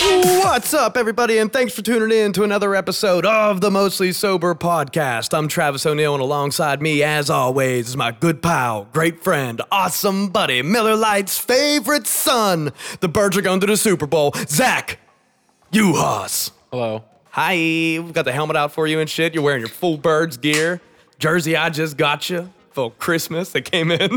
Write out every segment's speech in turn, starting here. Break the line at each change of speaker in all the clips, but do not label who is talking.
What's up, everybody, and thanks for tuning in to another episode of the Mostly Sober Podcast. I'm Travis O'Neill, and alongside me, as always, is my good pal, great friend, awesome buddy, Miller Lite's favorite son. The birds are going to the Super Bowl. Zach Uhas.
Hello.
Hi, we've got the helmet out for you and shit. You're wearing your full birds gear. Jersey I just got you for Christmas that came in.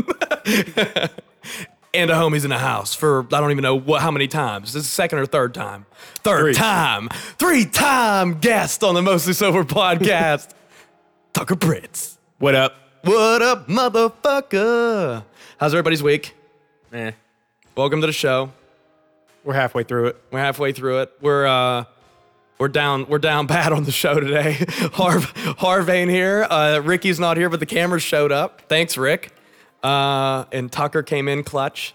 and the homies in the house for I don't even know what how many times. This is the second or third time. Third
Three.
time. Three time guest on the Mostly Sober podcast. Tucker Pritz.
What up?
What up, motherfucker? How's everybody's week?
Eh,
Welcome to the show.
we're halfway through it.
We're halfway through it. We're uh, we're down. We're down bad on the show today. Harv Harv ain't here. Uh, Ricky's not here, but the camera showed up. Thanks, Rick. Uh, and Tucker came in clutch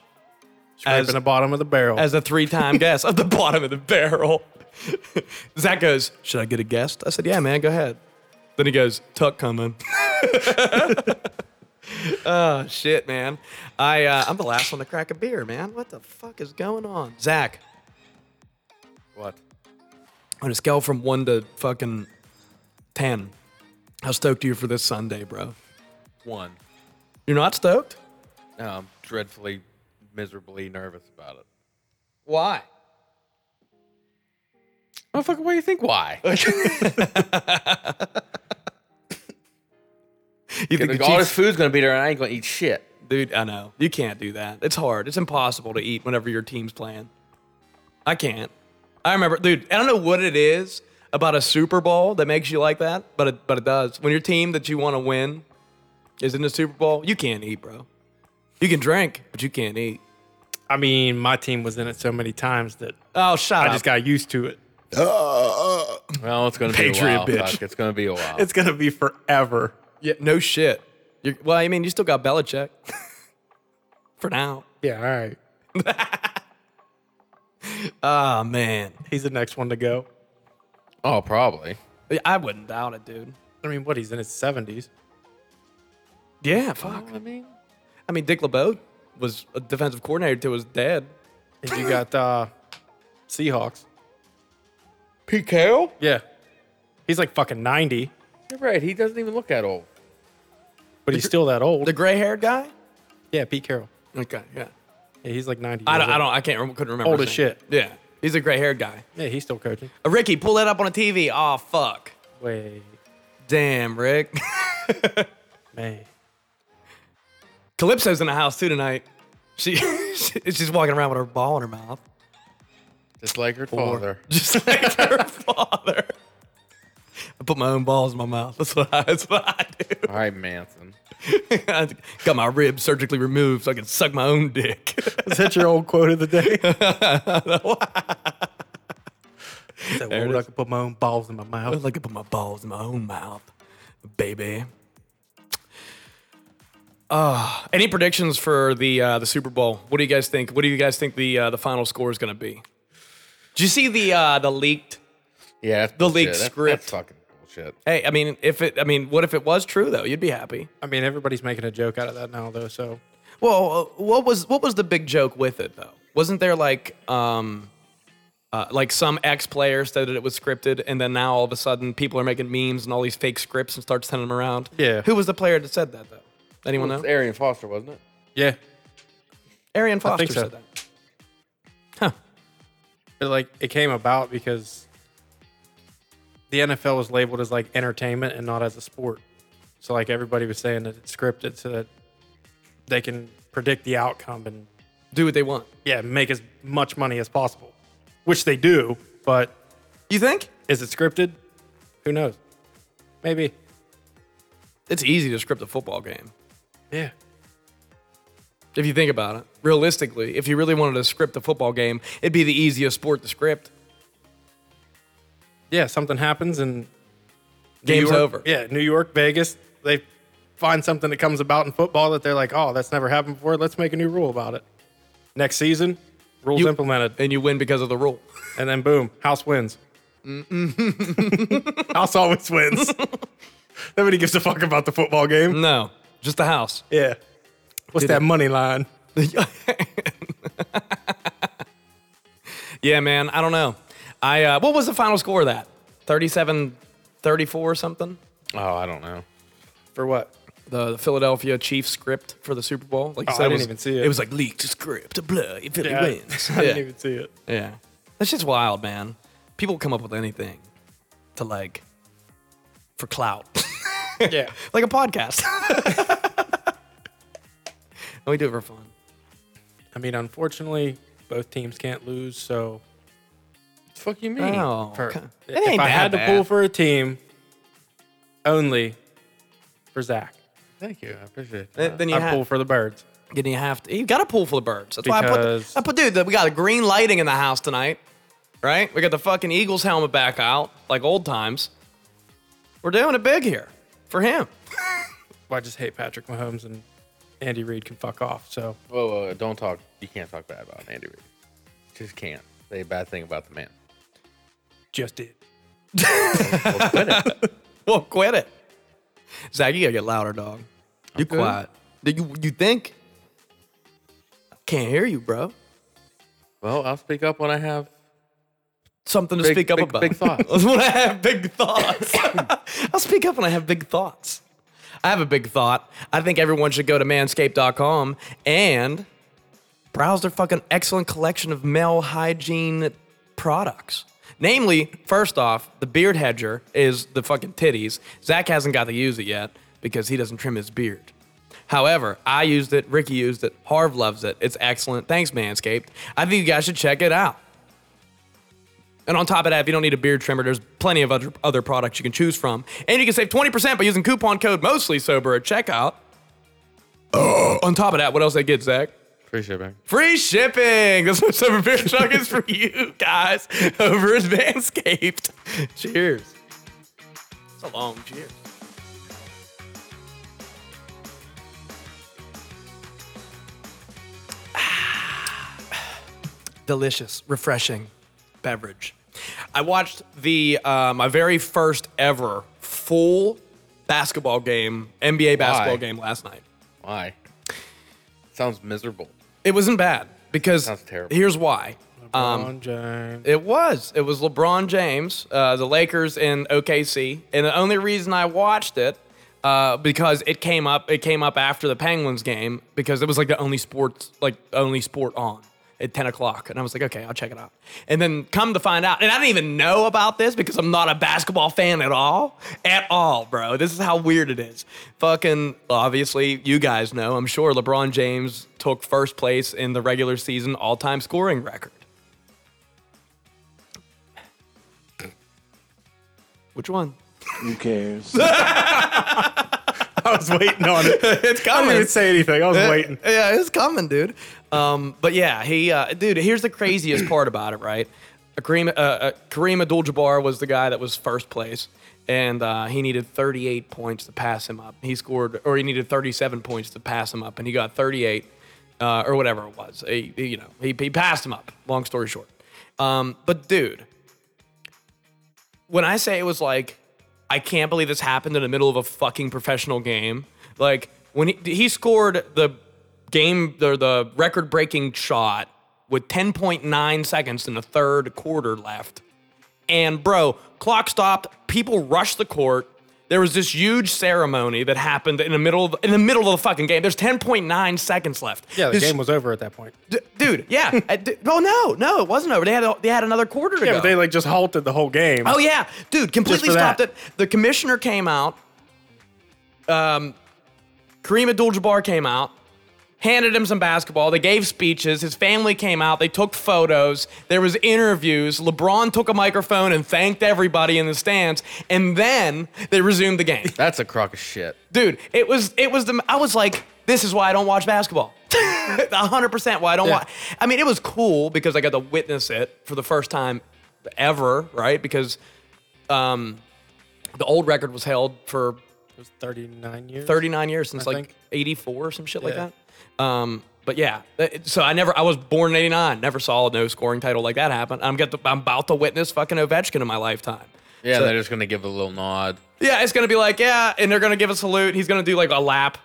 Scraping the bottom of the barrel.
as a three-time guest at the bottom of the barrel. Zach goes, "Should I get a guest?" I said, "Yeah, man, go ahead." Then he goes, "Tuck coming." oh shit, man! I uh, I'm the last one to crack a beer, man. What the fuck is going on, Zach?
what?
on a scale from one to fucking ten, how stoked are you for this Sunday, bro?
One.
You're not stoked?
No, I'm dreadfully, miserably nervous about it.
Why?
Motherfucker, what do you think? Why?
You think the
all this
Chiefs-
food's gonna be there, and I ain't gonna eat shit.
dude? I know you can't do that. It's hard. It's impossible to eat whenever your team's playing. I can't. I remember, dude. I don't know what it is about a Super Bowl that makes you like that, but it, but it does. When your team that you want to win is in the Super Bowl, you can't eat, bro. You can drink, but you can't eat.
I mean, my team was in it so many times that
Oh, shut
I
up.
just got used to it.
Well, it's gonna be
Patriot
a while.
bitch.
Fuck, it's gonna be a while.
It's gonna be forever.
Yeah, no shit. You're, well, I mean, you still got Belichick for now.
Yeah, all right.
Oh man,
He's the next one to go.
oh, probably.
I wouldn't doubt it, dude.
I mean, what? He's in his seventies.
Yeah, fuck.
I mean,
I mean, Dick LeBeau was a defensive coordinator till his dad.
And you got uh Seahawks.
Pete Carroll.
Yeah, he's like fucking ninety,
You're right. He doesn't even look that old.
but he's still that old.
The gray-haired guy.
yeah, Pete Carroll.
Okay, yeah.
Yeah, he's like ninety.
I
years
don't. I
old.
don't. I can't. rem- Couldn't remember.
Old
his
as
name.
shit.
Yeah, he's a gray-haired guy.
Yeah, he's still coaching.
Uh, Ricky, pull that up on a TV. Oh fuck.
Wait,
Damn, Rick.
man.
Calypso's in the house too tonight. She, she she's walking around with her ball in her mouth.
Just like her father.
just like her father. I put my own balls in my mouth. That's what I, that's what I do.
All right, Manson.
I got my ribs surgically removed so I can suck my own dick.
Is that your old quote of the day? He said,
There it
"Well, I
is.
could put my own balls in my
I
mouth.
like to put my balls in my own mouth, baby. Uh, any predictions for the uh, the Super Bowl? What do you guys think? What do you guys think the uh, the final score is going to be? Did you see the uh, the leaked
Yeah, that's
The leaked
bullshit. That's-
script.
That's fucking bullshit.
Hey, I mean, if it, I mean, what if it was true though? You'd be happy.
I mean, everybody's making a joke out of that now, though. So
Well, uh, what was what was the big joke with it though? Wasn't there like um, uh, like some ex player said that it was scripted, and then now all of a sudden people are making memes and all these fake scripts and start sending them around.
Yeah.
Who was the player that said that though? Anyone
It was
know?
Arian Foster, wasn't it?
yeah,
Arian Foster
think so.
said that.
But like it came about because the NFL was labeled as like entertainment and not as a sport. So like everybody was saying that it's scripted so that they can predict the outcome and
Do what they want.
yeah, make as much money as possible. Which they do, but
You think?
is it scripted? Who knows? Maybe.
It's easy to script a football game
Yeah.
if you think about it. Realistically, if you really wanted to script a football game, it'd be the easiest sport to script.
Yeah, something happens and New
Game's
York-
over.
Yeah, New York, Vegas, they find something that comes about in football that they're like, oh, that's never happened before. Let's make a new rule about it. Next season, rules
You-
implemented,
And you win because of the rule.
and then boom, house wins. house always wins. Nobody gives a fuck about the football game.
No, just the house.
Yeah. What's that money line?
yeah, man. I don't know. I uh, what was the final score of that? 37 34 or something?
Oh, I don't know.
For what?
The, the Philadelphia Chiefs script for the Super Bowl. Like you
Oh, I
said,
didn't
was,
even see it.
It was like leaked script. Blah. If Philly
Yeah.
wins.
I didn't
Yeah.
even see it.
Yeah. That's just wild, man. People come up with anything to like for clout.
Yeah.
like a podcast. and we do it for fun.
I mean, unfortunately, both teams can't lose, so
The fuck you mean?
Oh,
for-
okay. it
if
ain't
I
that
had
bad.
to pull for a team, only for Zach.
Thank you. I appreciate that.
Then, then you
I
have,
pull for the birds.
then you have to. You got to pull for the birds. That's why I put.
Because-
The, I put, dude. the- We got the green lighting in the house tonight, right? We got the fucking Eagles helmet back out like old times. We're doing it big here for him.
Well, I just hate Patrick Mahomes and Andy Reid can fuck off. So
Whoa, whoa, whoa, uh, don't talk. You can't talk bad about Andy Reid. Just can't. Say a bad thing about the man.
just did.
Well, quit it.
Well, quit it, Zach. You gotta get louder, dog. You
good.
quiet. Did you you think? Can't hear you, bro.
Well, I'll speak up when I have.
Something to
Big-
speak up
big-
about.
big thoughts.
when I have big thoughts, I'll speak up when I have big thoughts. I have a big thought. I think everyone should go to manscaped.com and browse their fucking excellent collection of male hygiene products. Namely, first off, the beard hedger is the fucking titties. Zach hasn't got to use it yet because he doesn't trim his beard. However, I used it, Ricky used it, Harv loves it. It's excellent. Thanks, Manscaped. I think you guys should check it out. And on top of that, if you don't need a beard trimmer, there's plenty of other, other products you can choose from. And you can save 20% by using coupon code mostly sober at checkout. Uh, on top of that, what else they get, Zach?
Appreciate it, man.
Free shipping. This what's over beer truck is for you guys over at Manscaped. Cheers. It's a long cheers. Delicious, refreshing beverage. I watched the uh, my very first ever full basketball game, NBA basketball
Why?
game last night.
Why? Sounds miserable.
It wasn't bad because
Sounds terrible.
here's why.
LeBron James.
It was. It was LeBron James, uh, the Lakers in OKC, and the only reason I watched it uh, because it came up. It came up after the Penguins game because it was like the only sports, like only sport on at 10 o'clock, and I was like, okay, I'll check it out. And then come to find out, and I didn't even know about this because I'm not a basketball fan at all, at all, bro. This is how weird it is. Fucking obviously, you guys know. I'm sure LeBron James took first place in the regular season all-time scoring record. Which one?
Who cares?
I was waiting on it. I
It's coming.
didn't even say anything. I was waiting.
Yeah, it's coming, dude. Um, but yeah, he, uh, dude. Here's the craziest part about it, right? Uh, Kareem, uh, uh, Kareem Abdul-Jabbar was the guy that was first place, and uh, he needed 38 points to pass him up. He scored, or he needed 37 points to pass him up, and he got 38, uh, or whatever it was. He, he, you know, he, he passed him up. Long story short. Um, but dude, when I say it was like, I can't believe this happened in the middle of a fucking professional game. Like when he, he scored the game, the, the record breaking shot with 10.9 seconds in the third quarter left. And bro, clock stopped. People rushed the court. There was this huge ceremony that happened in the middle of, in the middle of the fucking game. There's 10.9 seconds left.
Yeah, the
This-
game was over at that point.
d- dude. Yeah. I d- oh no, no, it wasn't over. They had a, they had another quarter to
Yeah,
go.
but they like just halted the whole game.
Oh yeah, dude, completely
Just for
stopped
that.
it. The commissioner came out. Um, Kareem Abdul-Jabbar came out, handed him some basketball. They gave speeches. His family came out. They took photos. There was interviews. LeBron took a microphone and thanked everybody in the stands, and then they resumed the game.
That's a crock of shit.
dude, it was it was the I was like, this is why I don't watch basketball. 100% why I don't
Yeah.
watch. I mean, it was cool because I got to witness it for the first time ever, right? Because um The old record was held for
It was 39 years.
39 years since
I
like
think.
84 or some shit
Yeah.
like that. Um, but yeah, it- so I never I was born in 89, never saw no scoring title like that happen. I'm get to, I'm about to witness fucking Ovechkin in my lifetime.
Yeah,
So-
they're just gonna give a little nod.
Yeah, it's gonna be like yeah, and they're gonna give a salute. He's gonna do like a lap,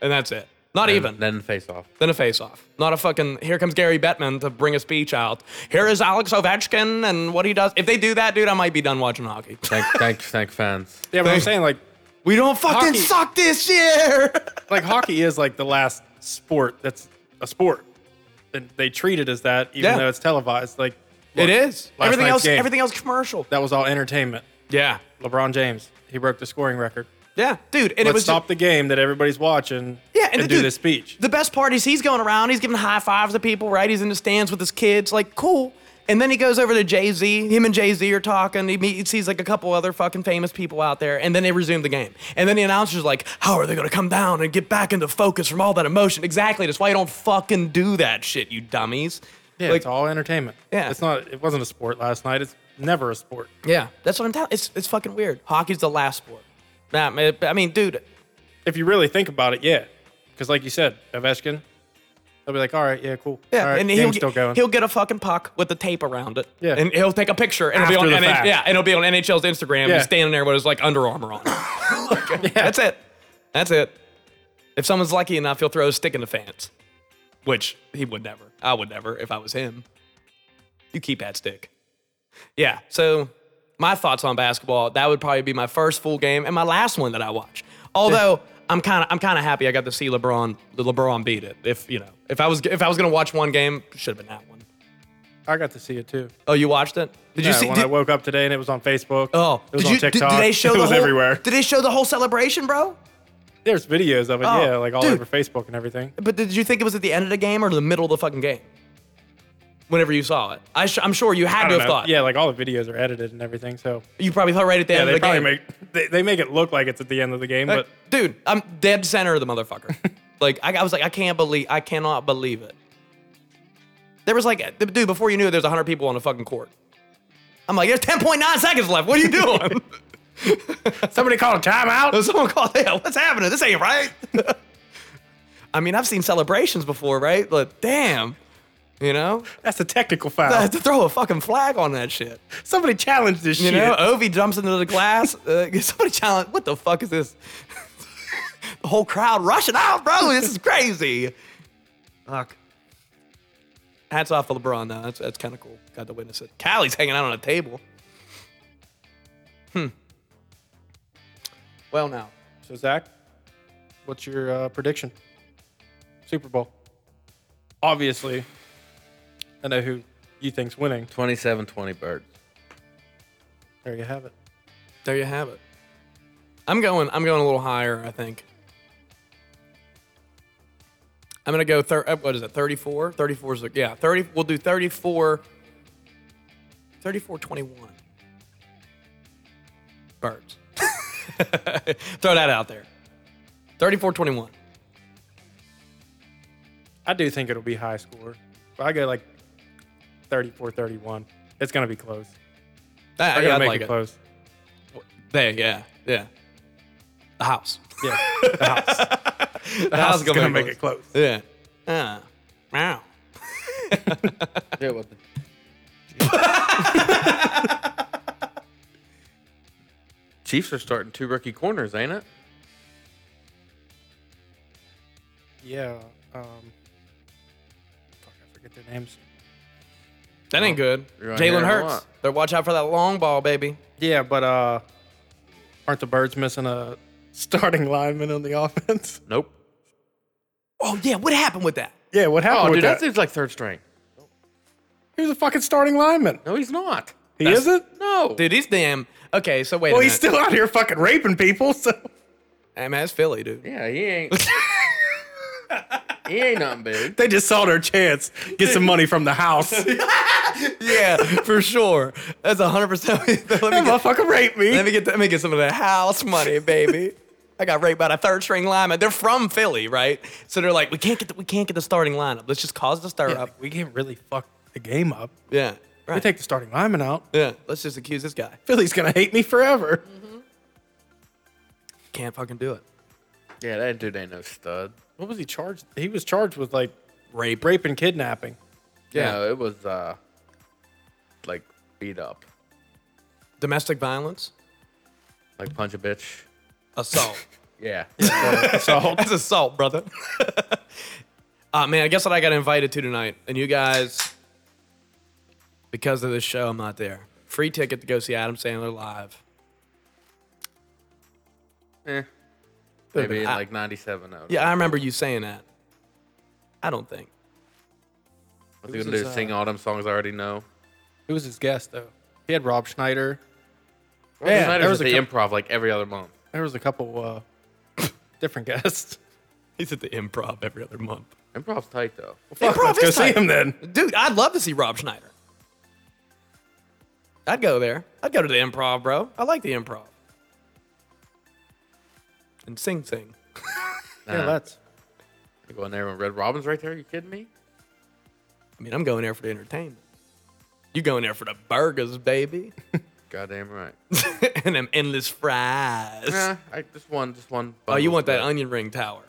and that's it. Not
and
even
Then face off.
than a face-off. Not a fucking. Here comes Gary Bettman to bring a speech out. Here is Alex Ovechkin and what he does. If they do that, dude, I might be done watching hockey.
Thank, thank, thank fans.
Yeah, but I'm saying like
We don't fucking
Hockey-
suck this year.
like hockey is like the last sport that's a sport, and they treat it as that even
Yeah.
though it's televised. Like
it
look,
is.
last
everything
night's
else.
game,
Everything else commercial.
that was all entertainment.
Yeah.
LeBron James he broke the scoring record.
Yeah, dude. And it
Let's
was
stop the game that everybody's watching.
Yeah, and, the
do
dude,
this speech.
The best part is he's going around, he's giving high fives to people, right? He's in the stands with his kids, like cool. And then he goes over to Jay Z. Him and Jay Z are talking. He meets, sees like a couple other fucking famous people out there, and then they resume the game. And then the announcer's like, "How are they gonna come down and get back into focus from all that emotion?" Exactly. That's why you don't fucking do that shit, you dummies.
yeah,
Like-
it's all entertainment.
Yeah.
it's not. It wasn't a sport last night. It's never a sport.
yeah, that's what I'm telling. It's it's fucking weird. Hockey's the last sport. Nah, man, I mean, dude,
If you really think about it, yeah. Because like you said, Ovechkin, they'll be like, all right, yeah, cool.
Yeah,
all right,
and
game's
he'll get,
still going.
he'll get a fucking puck with the tape around it.
Yeah.
and he'll take a picture and it'll
After
be
the
on NH-
fact.
yeah, and it'll be on NHL's Instagram.
Yeah.
He's standing there with his like Under Armour on. Okay, That's it. That's it. If someone's lucky enough, he'll throw a stick in the fans, which he would never. I would never if I was him. You keep that stick. Yeah. So my thoughts on basketball. That would probably be my first full game and my last one that I watch. Although I'm kind of I'm kind of happy I got to see LeBron the LeBron beat it. If you know if I was if I was gonna watch one game, should have been that one.
I got to see it too.
Oh, you watched it? Did you
Yeah,
see?
when I
did-
woke up today and it was on Facebook.
oh,
it was
did
on
you, did-
TikTok.
Did, they show
it
the
was
whole,
everywhere.
Did they show the whole celebration, bro?
There's videos of it,
Oh,
yeah, like all
dude.
over Facebook and everything.
But did you think it was at the end of the game or the middle of the fucking game? Whenever you saw it, I sh- I'm sure you had
I
to
don't
have
know.
thought.
Yeah, like all the videos are edited and everything. So
you probably thought right at the
yeah,
end
they
of the
probably
game.
make they, they make it look like it's at the end of the game,
Like,
but
dude, I'm dead center of the motherfucker. like I, I was like, I can't believe, I cannot believe it. There was like, dude, before you knew, it, there's 100 people on the fucking court. I'm like, there's 10.9 seconds left. What are you doing?
somebody called a timeout.
Someone called, yeah, what's happening? This ain't right. I mean, I've seen celebrations before, right? But damn, you know,
That's a technical foul.
to throw a fucking flag on that shit.
somebody challenged this
You
shit.
know, Ovi jumps into the glass. Uh, somebody challenge. What the fuck is this? the whole crowd rushing out, bro. This is crazy. Fuck. Hats off to LeBron, though. That's, that's kind of cool. Got to witness it. Callie's hanging out on a table. Hmm. Well, now.
So Zach, what's your uh, prediction? Super Bowl. Obviously, I know who you think's winning.
27 20 birds.
There you have it.
There you have it. I'm going. I'm going a little higher. I think. I'm gonna go. Thir- uh, what is it? 34. 34 is the- yeah. 30. We'll do 34. 34 21. Birds. Throw that out there. 34 21.
I do think it'll be high score. But I go like 34-31. It's gonna be close.
That,
They're
yeah,
gonna
I'd
make
like
it
it.
close.
There. Yeah. Yeah. The house.
Yeah, the house.
The house is
It's gonna make it close.
Yeah. Uh, wow.
Yeah, what the- Chiefs are starting two rookie corners, ain't it?
Yeah. Um, fuck, I forget their names.
That ain't good.
you're gonna hear
Jalen
it a
Hurts.
lot.
They're watch out for that long ball, baby.
Yeah, but uh, aren't the birds missing a starting lineman on the offense?
Nope.
Oh yeah, what happened with that?
yeah, what happened
Oh,
with
dude, that
that?
dude's like third string.
he was a fucking starting lineman.
No, he's not.
He isn't.
No.
Dude, he's damn. Okay, so wait.
Well,
a
he's
minute.
still out here fucking raping people. So
Hey, man, it's Philly, dude.
Yeah, he ain't. he ain't nothing big.
they just saw their chance, get some money from the house.
Yeah, for sure. That's hundred percent. Let me
That
get,
motherfucker raped me.
let me get let me get some of that house money, baby. I got raped by the third string lineman. They're from Philly, right? So they're like, we can't get the, we can't get the starting lineup. Let's just cause the stir up.
we can't really fuck the game up.
Yeah,
We
right.
take the starting lineman out.
yeah, let's just accuse this guy.
Philly's gonna hate me forever.
can't fucking do it.
Yeah, that dude ain't no stud.
What was he charged? He was charged with like
Rape.
rape and kidnapping.
Yeah, it was uh, like beat up,
Domestic violence.
like punch a bitch.
Assault.
Yeah,
assault. That's assault, brother. Ah man, I guess what I got invited to tonight, and you guys, because of this show, I'm not there. Free ticket to go see Adam Sandler live.
Eh. maybe in
I-
like '97. though.
Yeah, I remember you saying that. I don't think.
what's he gonna do? sing all them songs I already know.
Who was his guest though? He had Rob Schneider.
Yeah,
there was
was at the
a
improv like every other month.
There was a couple uh, different guests.
He's at the improv every other month.
Improv's tight though.
Fuck,
Improv
let's go
is
see
tight.
him then.
Dude, I'd love to see Rob Schneider. I'd go there. I'd go to the improv, bro. I like the improv. And Sing Sing.
Yeah, that's
You go in there with Red Robin's right there. You kidding me?
I mean, I'm going there for the entertainment. You going there for the burgers, baby,
Goddamn right.
and them endless fries.
nah, I just one, just one.
oh, you
bundle.
want that onion ring tower?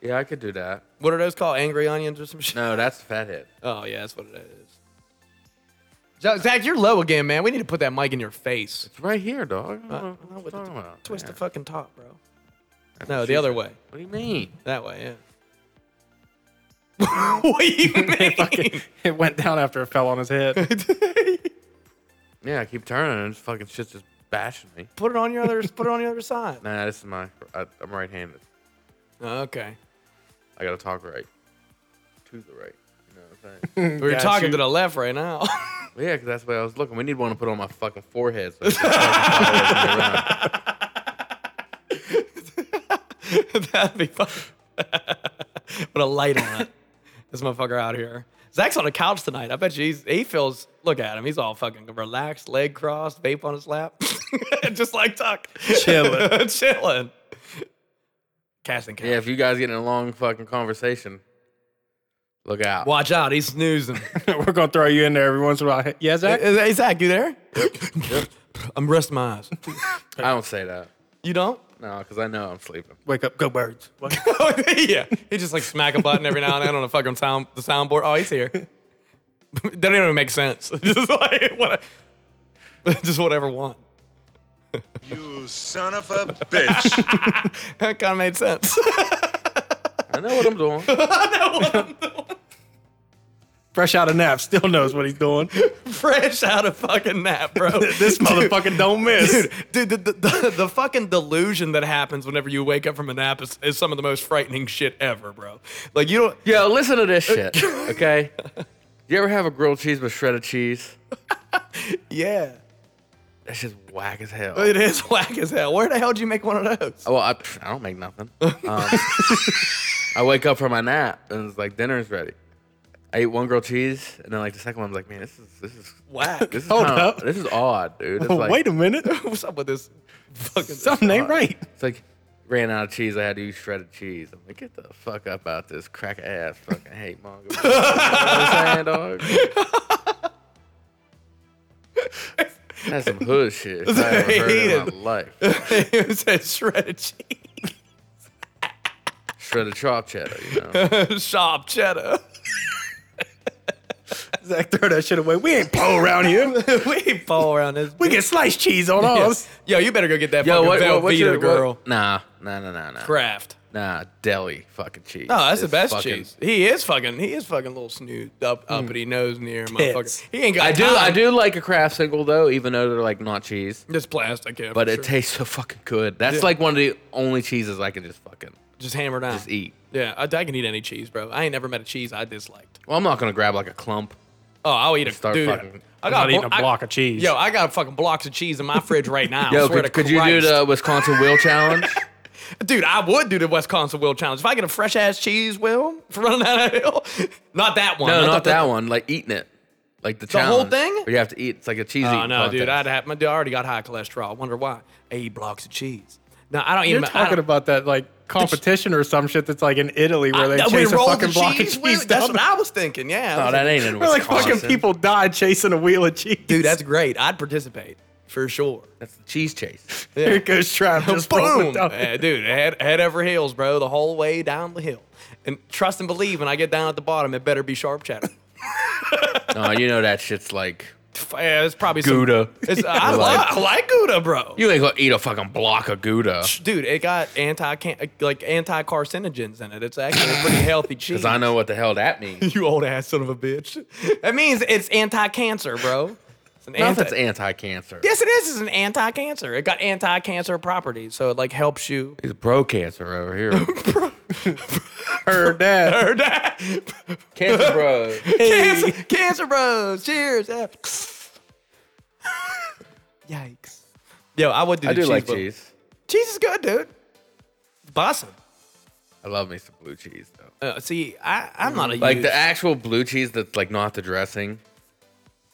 Yeah, I could do that.
What are those called? Angry onions or some shit?
No, that's fathead.
Oh yeah, that's what it is. Jo- Zach, you're low again, man. We need to put that mic in your face.
It's right here, dog.
Uh,
What
not with
you
the
talking
t-
about?
Twist the
Oh, Yeah.
fucking top, bro. No, the other way.
What do you mean?
That way, yeah. what do you mean?
it went down after it fell on his head.
Yeah, I keep turning and this fucking shit's just bashing me.
put it on your other. Put it on your other side.
Nah, this is my. I, I'm right-handed.
Okay.
I gotta talk right. To the right. You know what I'm saying?
We were
Got
talking
you.
to the left right now.
Well, yeah, because that's the way I was looking. We need one to put on my fucking forehead. So it just fucking follows me around.
That'd be fun. Put a light on it. This motherfucker out here. Zach's on the couch tonight. I bet you he's, he feels. Look at him. He's all fucking relaxed, leg crossed, vape on his lap, just like Tuck,
Chilling.
chilling, casting couch.
yeah, if you guys get in a long fucking conversation, look out.
Watch out, he's snoozing.
We're gonna throw you in there every once in a while. Yeah, Zach.
Hey, hey, Zach, you there? I'm resting my eyes.
I don't say that.
You don't?
No, because I know I'm sleeping.
Wake up, go birds.
yeah. He just like smack a button every now and then on the fucking sound the soundboard. Oh, he's here. that don't even make sense. just like what just whatever one.
You son of a bitch.
That kind of made sense.
I know what I'm doing.
Fresh out of nap, still knows what he's doing.
Fresh out of fucking nap, bro.
This motherfucker don't miss.
Dude, dude the, the, the, the fucking delusion that happens whenever you wake up from a nap is, is some of the most frightening shit ever, bro. Like, you don't.
Yo, listen to this shit, okay? You ever have a grilled cheese with shredded cheese?
Yeah.
That shit's whack as hell.
It is whack as hell. Where the hell did you make one of those?
Well, I, pff, I don't make nothing. Um, I wake up from my nap and it's like dinner's ready. I ate one grilled cheese and then like the second one, I'm like, man, this is this is
Whack.
this is
Hold
kinda-
up.
this is odd, dude. It's
Oh,
like,
Wait a minute,
What's up with this fucking.
something ain't right.
It's like ran out of cheese. I had to use shredded cheese. I'm like, get the fuck up out this crack ass fucking hate monger. you know what I'm saying, dog? That's some hood shit. I haven't heard in my life.
it said shredded cheese,
Shredded chop cheddar, you know.
sharp cheddar.
Zach, throw that shit away. We ain't poor around here.
we fall around this.
We get sliced cheese on ours.
Yo, you better go get that
Yo,
fucking
what, what,
Velveeta
what's your
girl.
What, nah, nah, nah, nah, nah.
Craft.
Nah, deli fucking cheese.
No, Oh, that's the
is
best
fucking-
cheese. He is fucking. He is fucking little snoot up uppity nose near
Tits.
motherfucker. He ain't got.
I do,
time.
I do like a craft single though, even though they're like not cheese.
Just plastic, yeah.
But
for
it
sure.
tastes so fucking good. That's like one of the only cheeses I can just fucking
just hammer down.
just eat.
Yeah, I, I can eat any cheese, bro. I ain't never met a cheese I disliked.
Well, I'm not gonna grab like a clump.
Oh, I'll eat a
Start
dude.
fucking-
I
I'm not
got
eating a
blo- I-
block of cheese.
Yo, I got fucking blocks of cheese in my fridge right now. I
Yo,
swear
could,
to
could you do
Christ.
the Wisconsin Wheel Challenge?
Dude, I would do the Wisconsin Will Challenge. If I get a fresh ass cheese will for running down that hill, not that one.
No,
I
not
thought
that one. Like eating it, like the,
The whole
challenge
thing?
Where you have to eat. It's like a cheese.
Oh,
eating
no, dude,
contest.
I'd have my dude, I already got high cholesterol. I wonder why. I eat blocks of cheese. No, I don't eat
You're
them. I
talking
don't-
about that like competition or some shit that's like in Italy where
I-
they
we
chase a
roll the
fucking block of
with-
cheese.
That's
down Oh,
what I was thinking. Yeah. I
No,
was
Oh, that
like,
ain't in
We're like
Wisconsin.
fucking people die chasing a wheel of cheese.
Dude, that's great. I'd participate. for sure.
That's the cheese chase.
Yeah.
Here goes Trav. Just
Boom!
rolling down.
Yeah, Eh, dude, head, head over heels, bro, the whole way down the hill. And trust and believe, when I get down at the bottom, it better be sharp cheddar.
No, you know that shit's like
yeah, it's probably some-
Gouda.
it's, I,
Like-
like, I like Gouda, bro.
You ain't gonna eat a fucking block of Gouda.
dude, it got anti like anti carcinogens in it. It's actually a pretty healthy cheese.
Because I know what the hell that means.
you old ass son of a bitch. That means it's anti cancer, bro. It's an
Not if
anti-
it's anti cancer.
yes, it is. It's an anti cancer. It got anti cancer properties, so it like helps you.
He's pro cancer over here. Heard that.
Heard that?
Cancer bro.
cancer, cancer bros. Cheers. Yeah. Yikes. Yo, I would do.
I
the
do
cheese,
like
but-
cheese.
Cheese is good, dude. Bossa.
I love me some blue cheese though.
Uh, see, I, I'm not a
Like
huge-
the actual blue cheese that's like not the dressing,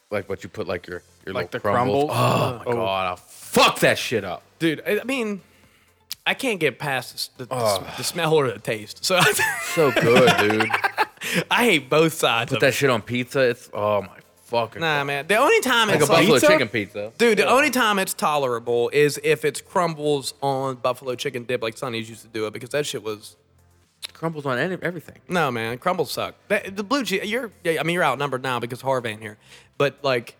like what you put like your your
Like the
little crumbles.
crumbles?
Oh my god, I'll fuck that shit up.
dude. I I mean, I can't get past the, s- the, the s- the smell or the taste. So I,
So good, dude.
hate both sides.
Put
of
that shit on pizza. It's oh my fucking.
it. Nah,
God.
man. The only time
Like a
it's like,
buffalo
pizza?
chicken pizza.
dude. The only time it's tolerable is if it's crumbles on buffalo chicken dip, like Sonny's used to do it, because that shit was
Crumbles on any, everything.
no man. Crumbles suck. That, the blue cheese. You're. Yeah, I mean, you're outnumbered now because Harvan here, but like,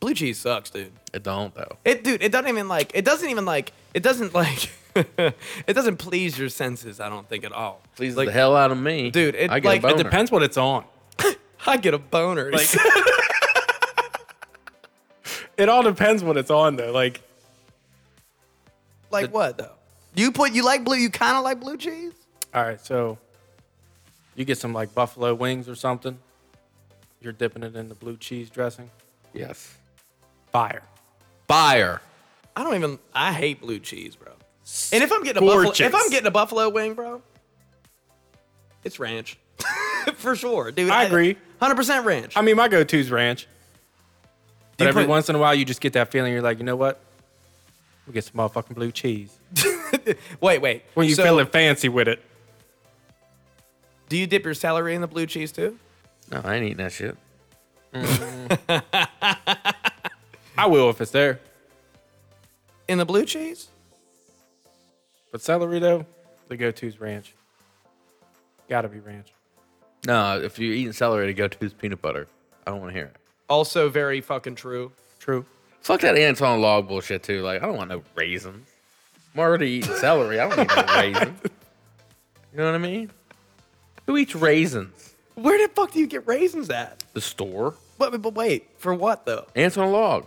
blue cheese sucks, dude.
It don't though.
It, dude, it doesn't even like. It doesn't even like. It doesn't like. it doesn't please your senses. I don't think at all.
Pleases
like,
the hell out of me,
Dude, it-
I get
like, it
a boner.
It depends what it's on.
I get a boner.
Like, it all depends what it's on though. Like,
Like what though? You put you like blue. You kind of like blue cheese.
all right, so you get some like buffalo wings or something. You're dipping it in the blue cheese dressing.
Yes.
Fire.
Fire.
I don't even. I hate blue cheese, bro. And if I'm getting a
Gorgeous.
buffalo, if I'm getting a buffalo wing, bro, it's ranch for sure, dude.
I agree.
hundred percent ranch.
I mean, my go-to's ranch. But
You
every
put-
once in a while, you just get that feeling. You're like, you know what? We get some motherfucking blue cheese.
wait, wait.
When you
So,
feeling fancy with it,
do you dip your celery in the blue cheese too?
No, I ain't eating that shit.
I will if it's there.
In the blue cheese?
But celery though, the go-to's ranch. Gotta be ranch.
No, if you're eating celery, to go to is peanut butter. I don't want to hear it.
Also, very fucking true.
True.
Fuck that Anton Log bullshit too. Like I don't want no raisins. I'm already eating celery. I don't need no raisins. You know what I mean? Who eats raisins?
Where the fuck do you get raisins at?
The store.
But, but wait, for what though?
Ants on a log.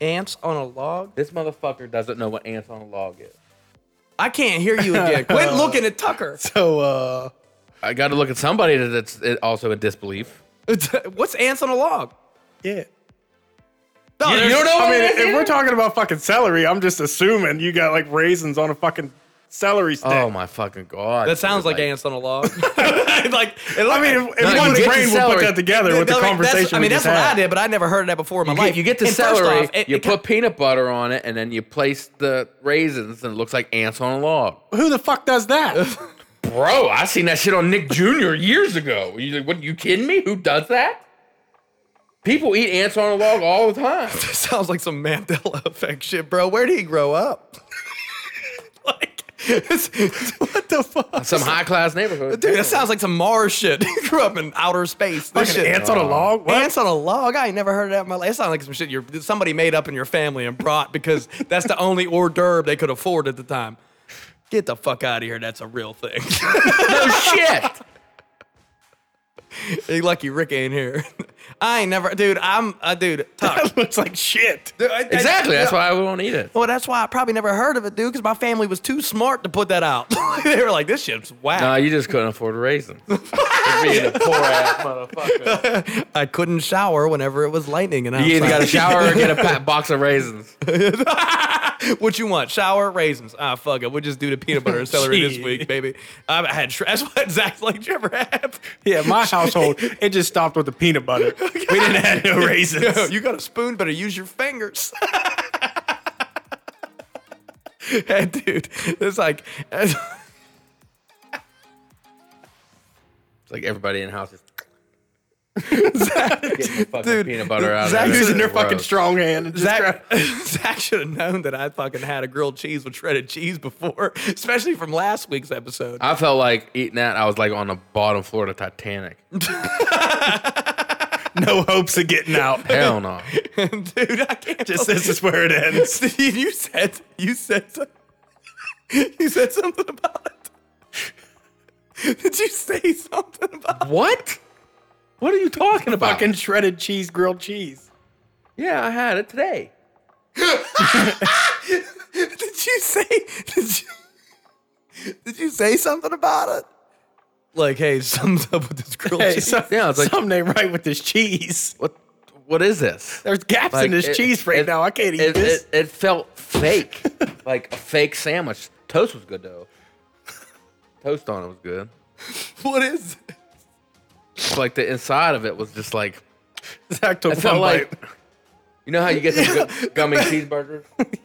Ants on a log?
This motherfucker doesn't know what ants on a log is.
I can't hear you again. Quit looking at Tucker.
So uh
I got to look at somebody that's also in disbelief.
What's ants on a log?
yeah.
No,
You- you
there's-
don't know
I
what
mean,
it is
if
either?
we're talking about fucking celery, I'm just assuming you got like raisins on a fucking celery stick.
Oh my fucking god.
That sounds like, ants on a log. like, it
I mean, if, if
No,
one
you get
brain
the
will put
celery.
that together with the
That's-
conversation.
I
we
mean, that's
just
what
had.
I did, but I never heard of that before in my
You
life.
get, you get the
And first
celery,
off, it-
you
it
put
ki-
peanut butter on it, and then you place the raisins, and it looks like ants on a log.
Who the fuck does that?
Bro, I seen that shit on Nick Jr. years ago. You like, what? You kidding me? Who does that? People eat ants on a log all the time.
sounds like some Mandela effect shit, bro. Where did he grow up? like, it's- what the fuck?
Some high class neighborhood.
Dude, that sounds like some Mars shit. he grew up in outer space. That
Fucking
shit-
ants on a log? What?
Ants on a log? I ain't never heard of that in my life. It sounds like some shit you're, somebody made up in your family and brought because that's the only hors d'oeuvre they could afford at the time. Get the fuck out of here. That's a real thing.
no shit.
Hey, lucky Rick ain't here. I ain't never, dude. I'm a dude. Tuck.
That looks like shit.
Dude, I- I-
Exactly. That's
yeah.
why I won't eat it.
Well, that's why I probably never heard of it, dude, because my family was too smart to put that out. they were like, "This shit's whack."
No, you just couldn't afford a raisin. You're being a poor ass motherfucker.
I couldn't shower whenever it was lightning, and I
You either got to shower or get a pa- box of raisins.
What you want? Shower raisins? Ah, fuck it. We'll just do the peanut butter and celery this
Gee.
week, baby. I had tr- that's what Zach's like. Trevor had.
Yeah, my household, it just stopped with the peanut butter. We didn't have no raisins.
Yo, you got a spoon, better use your fingers. hey, dude, it's like.
It's like everybody in the house is. Getting the fucking
Dude,
peanut butter out
Zach
of
is
it.
in
That's
their
gross.
strong hand. and just
Zach, Zach should have known that I fucking had a grilled cheese with shredded cheese before, especially from last week's episode.
I felt like eating that. I was like on the bottom floor of the Titanic.
No hopes of getting out.
Hell no.
Dude, I can't.
Just this is where it ends.
believe- you said you said some- you said something about it. Did you say something about
What? What are you talking about?
fucking shredded cheese, grilled cheese.
yeah, I had it today.
it? Did you say did you, did you say something about it? Like, hey, something's up with this grilled
Hey,
cheese.
so,
Yeah, it's like-
something ain't right with this cheese.
What? What is this?
There's gaps in this
it-
cheese right
it-
now. I can't eat
it,
this.
It, it felt fake, like a fake sandwich. Toast was good though. Toast on it was good.
What is it?
It's like the inside of it was just like
Zach took
it felt
one
like.
bite.
You know how you get those gu- gummy cheeseburgers? It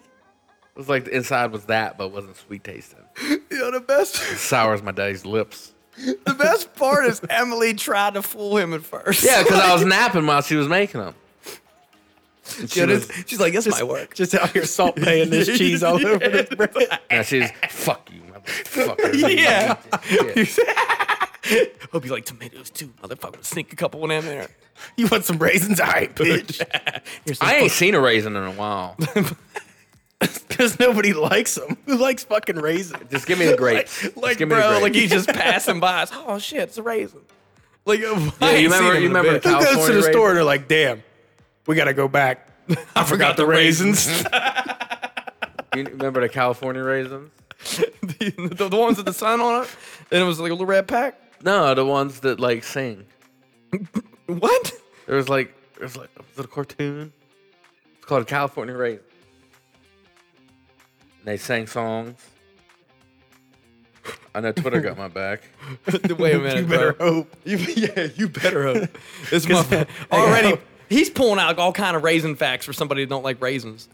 was like the inside was that, but it wasn't sweet tasting.
You know, the best
It sours my daddy's lips.
the best part is Emily tried to fool him at first.
Yeah, because I was napping while she was making them. And she
She
was,
was- she's like, this might work.
Just out here salt paying this cheese all over this bread.
and she was, fuck you, motherfucker.
Yeah.
Shit.
Hope you like tomatoes too, motherfucker. Sneak a couple one in there.
You want some raisins? All right, bitch.
Here's some
I ain't seen a raisin in a while.
Because nobody likes them.
Who likes fucking raisin?
Just give me the grapes. Just
Like,
give me the
bro, like
grapes.
he's just passing by. It's, oh shit, it's a raisin. Like, yeah,
you remember- you remember the
Who goes to
California
the store and they're like, damn, we got to go back. I forgot the raisins.
You remember the California raisins?
the, the, the ones with the sun on it, and it was like a little red pack.
No, the ones that like sing.
What?
There was like, there was like, was it a cartoon? It's called California Raisin. And they sang songs. I know Twitter got my back.
Wait a minute,
you better
bro.
hope.
You, yeah, you better hope. This motherfucker already. He's pulling out all kind of raisin facts for somebody who don't like raisins.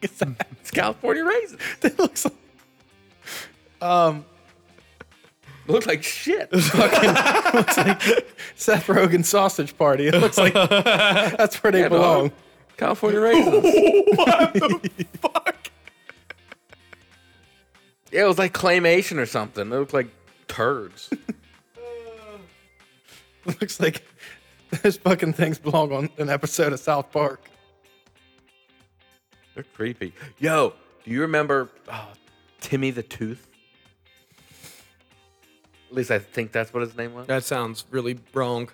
It's that.
It's California Raisin.
It looks like. Um,
Looks like shit.
Seth Rogen sausage party. It looks like that's where they
Yeah,
belong.
dog. California Raisins.
Fuck.
Yeah, it was like claymation or something. They looked like turds.
It looks like those fucking things belong on an episode of South Park.
They're creepy. Yo, do you remember uh, Timmy the Tooth? At least I think that's what his name was.
That sounds really wrong.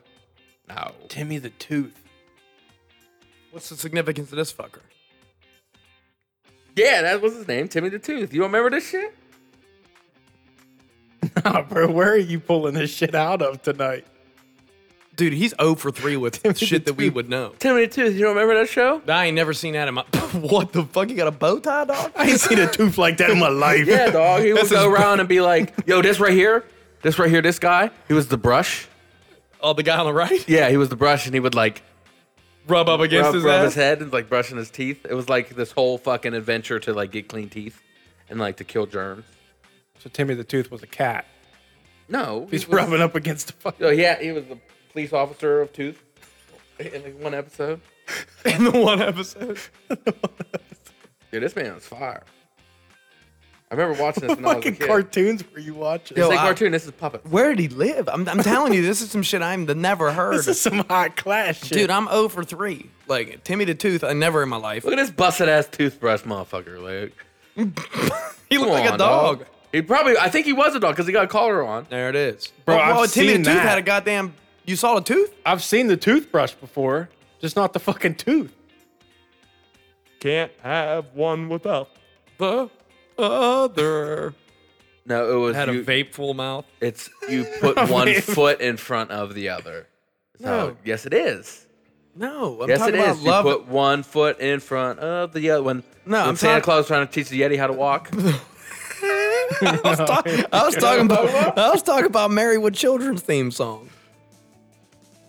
No.
Timmy the Tooth.
What's the significance of this fucker?
Yeah, that was his name, Timmy the Tooth. You don't remember this shit?
Nah, bro, where are you pulling this shit out of tonight?
Dude, he's 0 for 3 with shit that we would know.
Timmy the Tooth. You don't remember that show?
I ain't never seen that in my. what the fuck? You got a bow tie, dog?
I ain't seen a tooth like that in my life.
Yeah, dog. He would go around and be like, "Yo, this right here, this right here, this guy. He was the brush.
Oh, the guy on the right?
Yeah, he was the brush, and he would like
Rub up against
rub,
his
rub
ass.
his head and like brushing his teeth. It was like this whole fucking adventure to like get clean teeth and like to kill germs.
So Timmy the Tooth was a cat.
No, he
He's
was-
rubbing up against the fucking.
So yeah, he was the police officer of Tooth in like one episode.
In the one episode.
Dude, this man was fire. I remember watching this when I was a
Fucking
kid.
cartoons were you watching?
This
Yo,
ain't
I-
cartoon. This is puppet.
Where did he live? I'm, I'm telling you, this is some shit I've never heard.
This is some hot class shit.
Dude, I'm 0 for 3. Like, Timmy the Tooth, I never in my life.
Look at this busted ass toothbrush, motherfucker. Like,
He
come
looked like a
on,
dog.
He probably. I think he was a dog because he got a collar on.
There it is.
Bro,
Oh,
I've
well, Timmy
seen
the Tooth
that.
had a goddamn. You saw the tooth?
I've seen the toothbrush before, just not the fucking tooth.
Can't have one without the other.
No, it was.
Had
you,
a vape full mouth.
It's you put one foot in front of the other. So,
No.
yes, it is.
No, I'm
Yes, it
talking about
is. You
love.
put one foot in front of the other. When,
No,
when
I'm
Santa
talk-
Claus trying to teach the Yeti how to walk.
I, was talk- I was talking about I was talking about Mary with Children's theme song.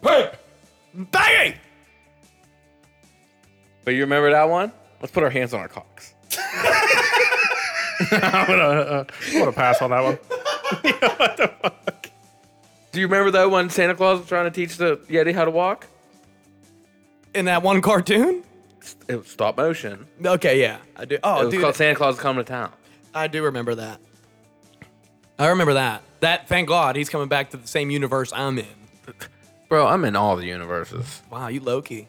Hey,
But you remember that one? Let's put our hands on our cocks.
I'm gonna, uh, I'm gonna pass on that one.
Do Do you remember that when Santa Claus was trying to teach the Yeti how to walk?
In that one cartoon?
It was stop motion.
Okay, yeah, I do.
It
Oh,
was
dude,
called Santa Claus Coming to Town.
I do remember that. I remember that. That thank God he's coming back to the same universe I'm in.
Bro, I'm in all the universes.
Wow, you Loki.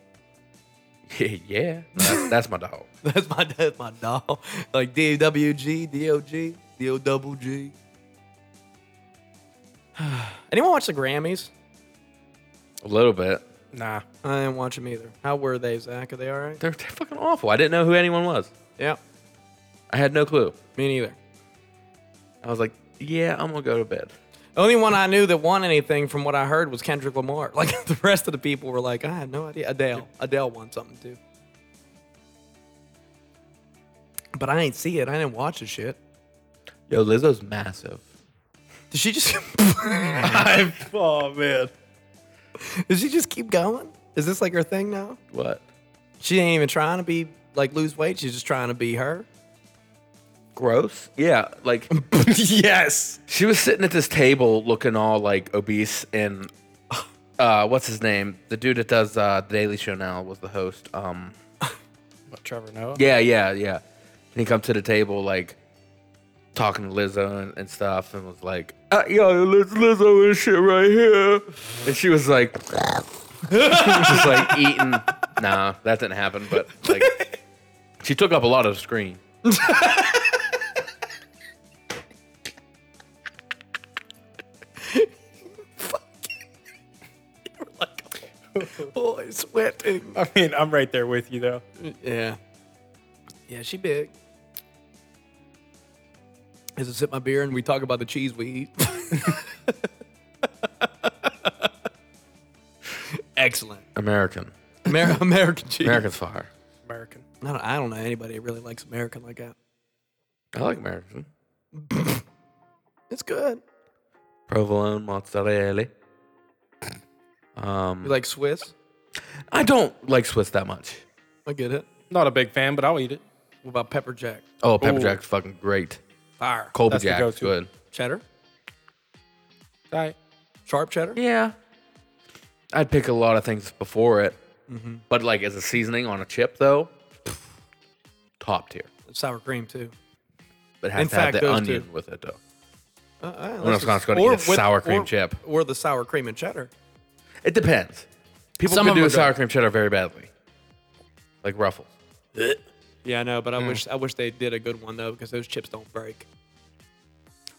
Yeah, yeah. That's, that's my dog.
That's my that's my doll. Like D W G D O G D O double G. Anyone watch the Grammys?
A little bit.
Nah.
I didn't watch them either. How were they, Zach? Are they all right?
They're, they're fucking awful. I didn't know who anyone was.
Yeah,
I had no clue.
me neither.
I was like, yeah, I'm gonna go to bed.
Only one I knew that won anything from what I heard was Kendrick Lamar. Like the rest of the people were like, I had no idea. Adele, Adele won something too. But I ain't see it. I didn't watch the shit.
Yo, Lizzo's massive.
Did she just?
oh man.
did she just keep going? Is this like her thing now?
What?
She ain't even trying to be like lose weight. She's just trying to be her.
Gross? Yeah. Like
yes.
she was sitting at this table looking all like obese and uh what's his name? The dude that does uh the Daily Show now was the host. Um
What, Trevor Noah?
Yeah, yeah, yeah. And he comes to the table like talking to Lizzo and, and stuff, and was like, uh, "Yo, Liz, Lizzo and shit right here," and she was like, just like eating. Nah, that didn't happen. But like, she took up a lot of the screen.
Boy, sweating.
I mean, I'm right there with you though.
Yeah. Yeah, she big. As I sip my beer and we talk about the cheese we eat. Excellent.
American,
Amer- American cheese.
American's fire.
American.
I, don't, I don't know anybody that really likes American like that.
I like American
It's good.
provolone mozzarella. Um,
You like Swiss?
I don't like Swiss that much.
I get it.
Not a big fan, but I'll eat it.
What about pepper jack?
Oh, pepper jack's fucking great.
Fire.
Colby
That's the
jack's
go-to.
good.
Cheddar?
All right.
Sharp cheddar?
Yeah. I'd pick a lot of things before it. But like as a seasoning on a chip though, top tier.
Sour cream too.
But it has
In
to
fact,
have the
those
onion
two.
with it though.
Uh, I-
Or else
that's
not
just-
gonna
or
eat a sour cream
or-
chip.
Or the sour cream and cheddar.
It depends. People
Some
can
of
do
them
a
are
sour cream cheddar very badly. Like ruffles.
Yeah, I know, but I wish I wish they did a good one though, because those chips don't break.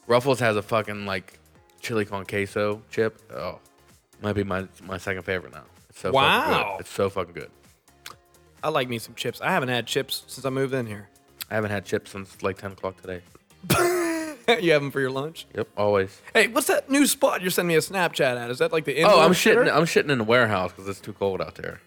Ruffles has a fucking like chili con queso chip. Oh. Might be my my second favorite now. It's so fucking
Wow.
good. It's so fucking good.
I like me some chips. I haven't had chips since I moved in here.
I haven't had chips since like ten o'clock today.
you have them for your lunch?
Yep, always.
Hey, what's that new spot you're sending me a Snapchat at? Is that like the indoor
Oh, I'm
shitter?
shitting. I'm shitting in the warehouse because it's too cold out there.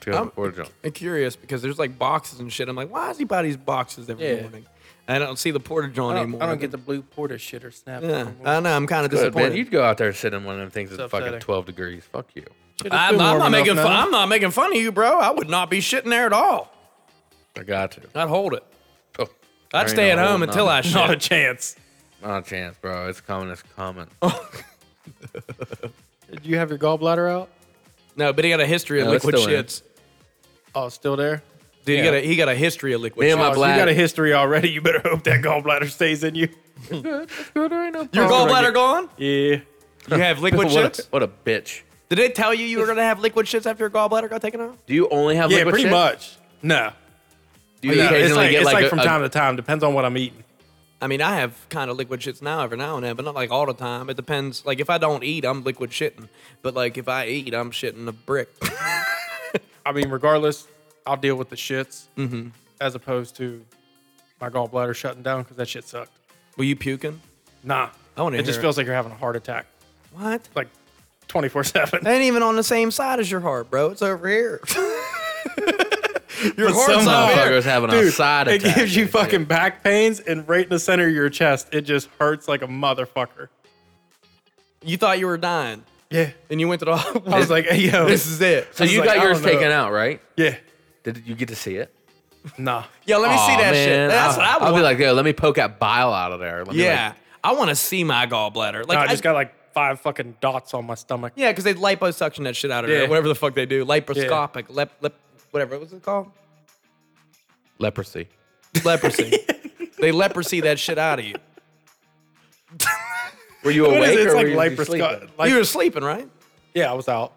To go to
I'm-
the porta john.
I'm curious because there's like boxes and shit. I'm like, why does he buy these boxes every
Yeah.
morning? I don't see the porta john
I don't,
anymore.
I don't get the blue porter shit or snap.
Yeah, I know. I'm kind of
Good, man.
disappointed.
You'd go out there and sit in one of them things that's fucking
upsetting.
12 degrees. Fuck you.
Shit, it's
I'm,
been
I'm
warm
not
enough
making
now.
fun. I'm not making fun of you, bro. I would not be shitting there at all.
I got to.
I'd hold it.
Oh, there
I'd
ain't
stay
no
at home
holding
until
on.
I shit.
Not a chance.
Not a chance, bro. It's coming. It's coming.
Oh. Do you have your gallbladder out?
no, but he got a history of
No, it's
liquid
still in.
shits.
Oh, it's still there.
Dude, he
Yeah.
got a he got a history of liquid.
Me
shit.
and my
Oh, so you
bladder-
got a history already. You better hope that gallbladder stays in you.
Your gallbladder gone?
Yeah.
You have liquid
what,
shits?
a, what a bitch.
Did they tell you you were gonna have liquid shits after your gallbladder got taken out?
Do you only have
Yeah,
liquid
pretty
shit?
much. No.
Do you
Yeah, it's
occasionally
like,
get
it's
like,
like
a-
from
a-
time to time. Depends on what I'm eating.
I mean, I have kind of liquid shits now every now and then, but not like all the time. It depends. Like if I don't eat, I'm liquid shitting. But like if I eat, I'm shitting a brick.
I mean, regardless, I'll deal with the shits as opposed to my gallbladder shutting down because that shit sucked.
were you puking?
Nah.
I wanna
It just
hear it.
feels like you're having a heart attack,
What?
like 24 7.
That ain't even on the same side as your heart, bro. It's over here. your
Some
heart's over here.
motherfucker's having a
Dude,
side
it
attack.
gives you
dude.
fucking back pains, and right in the center of your chest, it just hurts like a motherfucker.
You thought you were dying,
Yeah.
and you went to the. hospital.
I was like, hey, yo.
this is it.
So
I was
you
like,
got
I
yours
don't know.
taken out, right?
yeah.
Did you get to see it?
Nah.
Yo, let me see
Aw,
that shit.
man.
That's
I'll,
what I would
I'll be
want.
like, yo, let me poke that bile out of there. Let me, like,
yeah, I want to see my gallbladder. Like
Nah, I
I
just got like five fucking dots on my stomach.
Yeah, because they liposuction that shit out of it,
Yeah.
or whatever the fuck they do. Laparoscopic, lep, lep, whatever. What's it called?
Leprosy.
Leprosy. they leprosy that shit out of you.
Were you awake
What is it?
or were you just
It's like leprosy.
sleeping?
Like,
you were sleeping, right? And
yeah, I was out.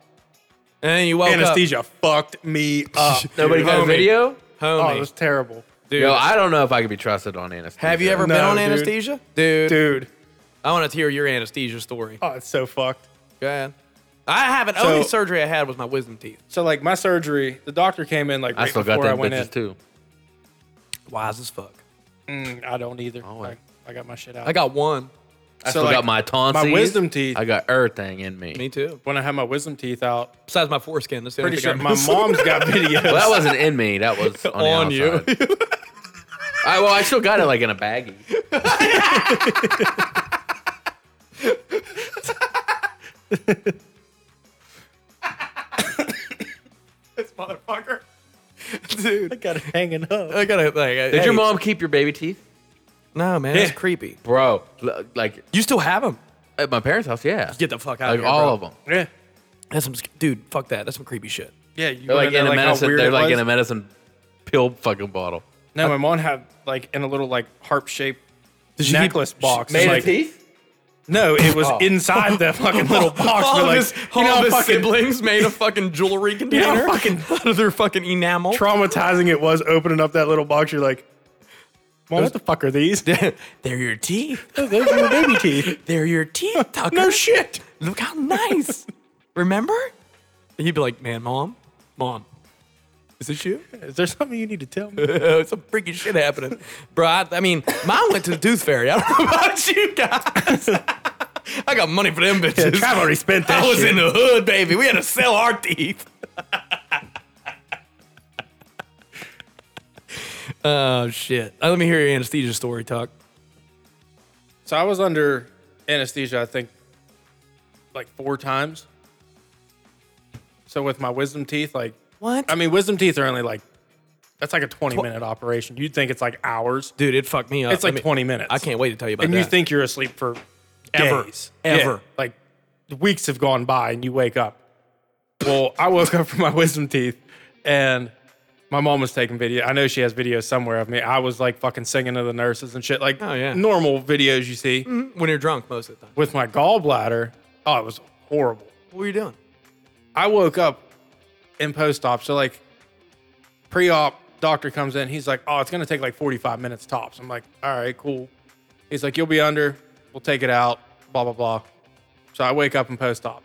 then you woke
Anesthesia fucked me up.
Nobody got a
Homie.
video?
up. Homie.
Oh, it was terrible,
dude.
Yo, I don't know if I could be trusted on anesthesia.
have you ever been
No,
on
dude.
anesthesia? Dude,
dude.
I want to hear your anesthesia story.
Oh, it's so fucked.
Go ahead. I haven't.
So-
only surgery I had was my wisdom teeth.
So like my surgery, the doctor came in like
I
right
still got
before I
them
went in.
bitches too.
Wise as fuck.
Mm, I don't either.
Oh, wait.
I, I got my shit out.
I got one.
I
So,
still
like,
got my tonsils.
wisdom teeth-
I got everything in me.
Me too.
when I had my wisdom teeth out.
Besides my foreskin. That's the only
Pretty
thing
sure
I
my mom's got videos.
Well, that wasn't in me. That was on,
On
the
you.
outside. I, well, I still got it like in a baggie.
motherfucker.
dude.
Got it hanging up.
I gotta like.
Did your mom keep your baby teeth,
No, man. That's creepy.
bro? l- Like
You still have them?
at my parents' house, yeah.
Get the fuck out
like
of here,
all
bro.
of them.
Yeah,
That's some sc- dude. Fuck that. That's some creepy shit.
yeah. You
They're
wanna
like
know,
in a
how
medicine.
weird
They're
it
like
was?
in a medicine pill fucking bottle.
No, my mom had like in a little like harp shaped
you keep-
necklace box.
made
like,
teeth?
No, it was inside the fucking little box.
all
but,
of
like,
his,
you know,
all
how
of his
fucking
siblings made a fucking jewelry container
how fucking-
out of their fucking enamel.
traumatizing it was opening up that little box. You're like, mom, what the fuck are these?
They're your teeth.
Those are your baby teeth.
They're your teeth, Tucker.
No shit.
Look how nice. Remember? And he'd be like, "Man, mom, mom, is this you?
Is there something you need to tell me?
Oh, Some freaking shit happening, bro." I, I mean, mine went to the tooth fairy. I don't know about you guys. I got money for them bitches.
I've already spent that
I was
shit.
in the hood, baby. We had to sell our teeth. oh shit! Uh, let me hear your anesthesia story, Tuck.
So I was under anesthesia, I think, like four times. So with my wisdom teeth, like
What?
I mean, wisdom teeth are only like that's like a twenty minute operation. You'd think it's like hours,
Dude, it fucked me up.
It's like
Let me-
20 minutes.
I can't wait to tell you about
and
that.
you think you're asleep for
Ever.
days.
Ever.
Yeah, like weeks have gone by, and you wake up. Well, I woke up from my wisdom teeth, and my mom was taking video. I know she has videos somewhere of me. I was like fucking singing to the nurses and shit, like
Oh, yeah.
normal videos you see
when you're drunk most of the time?
with my gallbladder, oh, it was horrible.
What were you doing?
I woke up in post op. So, like, pre op, doctor comes in. He's like, oh, it's going to take like 45 minutes tops. I'm like, all right, cool. He's like, you'll be under. We'll take it out, blah, blah, blah. So, I wake up in post op.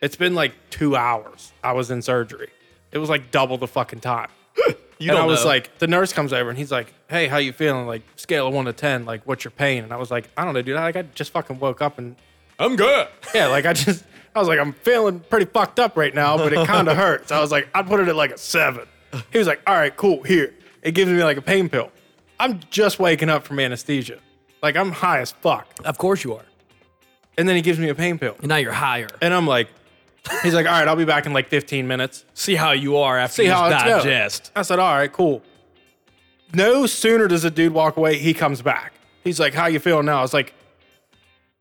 It's been like two hours. I was in surgery. It was like double the fucking time.
You
and
don't
I was
know.
like, the nurse comes over and he's like, hey, how you feeling? Like, scale of one to 10, like, what's your pain? And I was like, I don't know, dude. I, like, I just fucking woke up and
I'm good.
yeah, like I just, I was like, I'm feeling pretty fucked up right now, but it kind of hurts. I was like, I put it at like a seven. He was like, all right, cool, here. It gives me like a pain pill. I'm just waking up from anesthesia. Like I'm high as fuck.
Of course you are.
And then he gives me a pain pill.
And now you're higher.
And I'm like, he's like, all right, I'll be back in like 15 minutes.
See how you are after
See
you
how it's goes.
digest.
I said, all right, cool. No sooner does a dude walk away, he comes back. He's like, how you feeling now? I was like,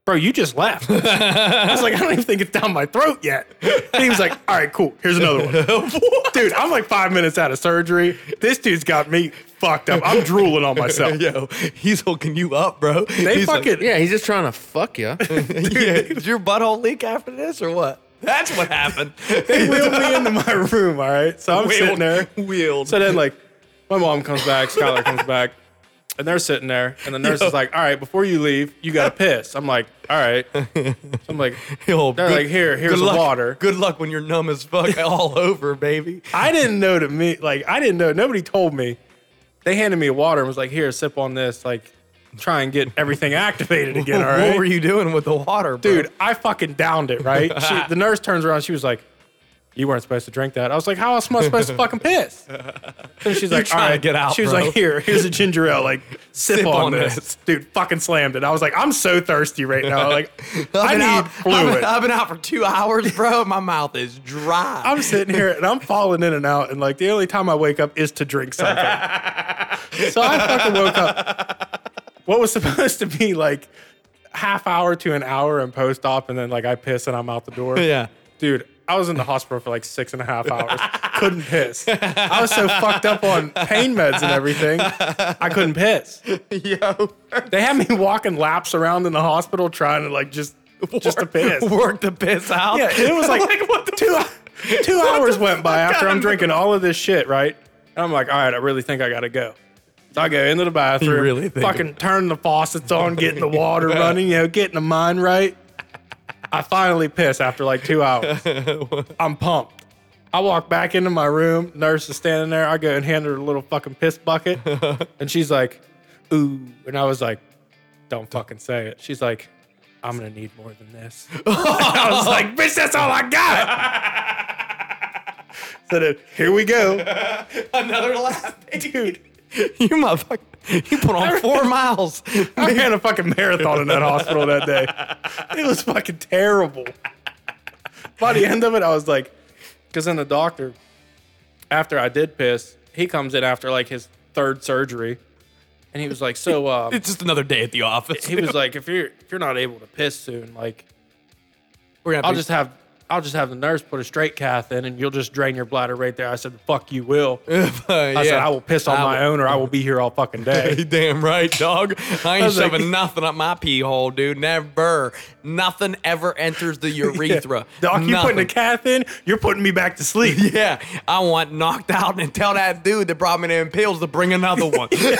bro, you just left. I was like, I don't even think it's down my throat yet. And he was like, all right, cool. Here's another one. dude, I'm like five minutes out of surgery. This dude's got me fucked up. I'm drooling on myself.
Yo, he's hooking you up, bro.
They
He's like,
fucking,
Yeah, he's just trying to fuck you.
yeah, did your butthole leak after this or what? That's what happened.
they wheeled me into my room, all right? So I'm sitting there.
Wheeled.
So then, like, my mom comes back, Skylar comes back, and they're sitting there. And the nurse is like, "All right, before you leave, you gotta piss." I'm like, "All right." So I'm like,
Yo,
They're like, "Here, here's
good
the
luck-
water."
Good luck when you're numb as fuck all over, baby.
I didn't know to me, like, I didn't know. Nobody told me. They handed me water and was like, "Here, sip on this. Like, try and get everything activated again." All right,
What were you doing with the water, bro?
dude? I fucking downed it. Right? She, the nurse turns around. She was like. You weren't supposed to drink that. I was like, "How else am I supposed to fucking piss?" So she's like,
trying
"All
to
right,
get out,
She was
bro.
like, "Here, here's a ginger ale. Like, sip,
Sip
on,
on
this.
this.
dude." Fucking slammed it. I was like, "I'm so thirsty right now. Like, I
I've been,
need
out, I've,
fluid."
been, I've been out for two hours, bro. My mouth is dry.
I'm sitting here and I'm falling in and out, and like the only time I wake up is to drink something. so I fucking woke up. What was supposed to be like half hour to an hour in post op, and then like I piss and I'm out the door.
Yeah.
Dude, I was in the hospital for like six and a half hours. couldn't piss. I was so fucked up on pain meds and everything. I couldn't piss.
Yo.
They had me walking laps around in the hospital trying to like just just to piss.
Work the piss out.
Yeah, it was like, two two hours went by after I'm drinking all of this shit, right? And I'm like, all right, I really think I gotta go. So I go into the bathroom,
really think
fucking turn the faucets on, getting the water running, you know, getting the mind right. I finally piss after like two hours. I'm pumped. I walk back into my room. Nurse is standing there. I go and hand her a little fucking piss bucket, and she's like, "Ooh," and I was like, "Don't fucking say it." She's like, "I'm gonna need more than this." I was like, "Bitch, that's all I got." so then, here we go,
Another lap.
dude.
You motherfucker. You put on four miles.
I ran a fucking marathon in that hospital that day. It was fucking terrible. By the end of it, I was like, because then the doctor, after I did piss, he comes in after like his third surgery, and he was like, "So, um,
It's just another day at the office.
he was like, if you're if you're not able to piss soon, like
We're gonna
I'll
be-
just have." I'll just have the nurse put a straight cath in, and you'll just drain your bladder right there. I said, "Fuck, you will." I
I
said, "I will piss on
uh, I
my own, or I will be here all fucking day."
You damn right, dog. I ain't
was like-
shoving nothing up my pee hole, dude. Never. Nothing ever enters the urethra.
Doc, you putting
Nothing.
a cath in? You're putting me back to sleep.
Yeah, I want knocked out and tell that dude that brought me them pills to bring another one.
Who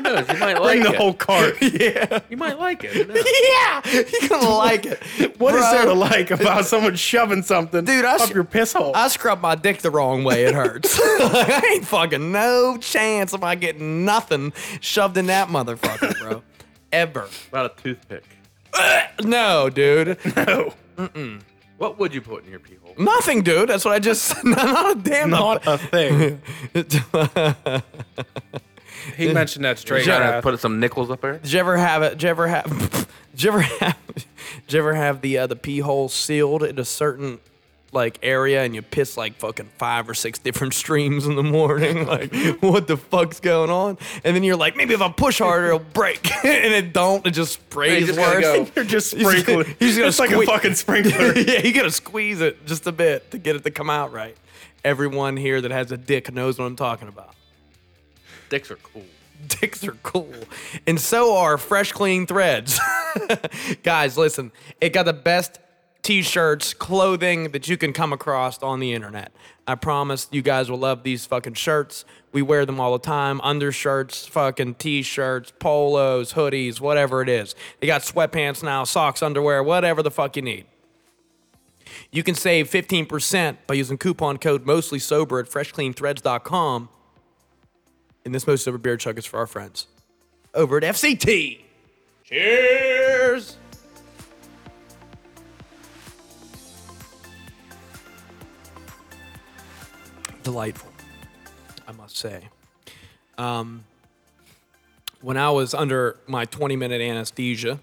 knows? You might like
Bring the
it.
whole cart.
you might like it. Who knows?
yeah, you gonna like it.
What is
Bro,
there to like about someone shoving something
Dude, I
up
sh-
your piss hole?
I scrubbed my dick the wrong way. It hurts. I ain't fucking no chance of I getting nothing shoved in that motherfucker, bro. Ever.
About a toothpick.
No, dude.
What would you put in your pee hole?
Nothing, dude. That's what I just said. Not a damn
Not a thing.
thing.
He mentioned that straight.
Shut
Shut
up.
up.
Put some nickels up there.
Did you ever have it? Did you ever have? Did you ever have? Did you ever have the uh, the pee hole sealed in a certain like area, and you piss like fucking five or six different streams in the morning? Like, what the fuck's going on? And then you're like, maybe if I push harder, it'll break, and it don't. It just sprays
just gotta
worse.
go.
You're just
He's gonna-
sprinkling.
he's gonna
it's like a
squeak.
fucking sprinkler.
yeah, you gotta squeeze it just a bit to get it to come out right. Everyone here that has a dick knows what I'm talking about.
Dicks are cool.
dicks are cool. And so are fresh clean threads. Guys, listen, it got the best t shirts, clothing that you can come across on the internet. I promise you guys will love these fucking shirts. We wear them all the time undershirts, fucking t shirts, polos, hoodies, whatever it is. They got sweatpants now, socks, underwear, whatever the fuck you need. You can save 15% by using coupon code mostly sober at freshcleanthreads.com. And this most sober beer chug is for our friends over at FCT. Cheers. Delightful, I must say. Um, when I was under my 20 minute anesthesia,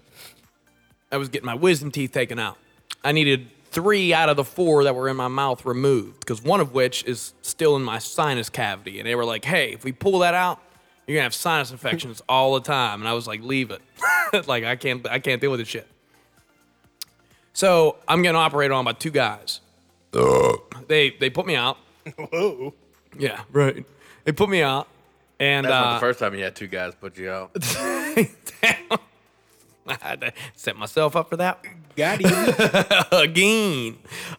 I was getting my wisdom teeth taken out. I needed three out of the four that were in my mouth removed, because one of which is still in my sinus cavity. And they were like, hey, if we pull that out, you're gonna have sinus infections all the time. And I was like, leave it. like I can't I can't deal with this shit. So I'm getting operated on by two guys.
Uh.
They they put me out. Whoa. Yeah, right. They put me out. And
That's
uh,
not the first time you had two guys put you out.
Damn. I had to set myself up for that. Got you. Again.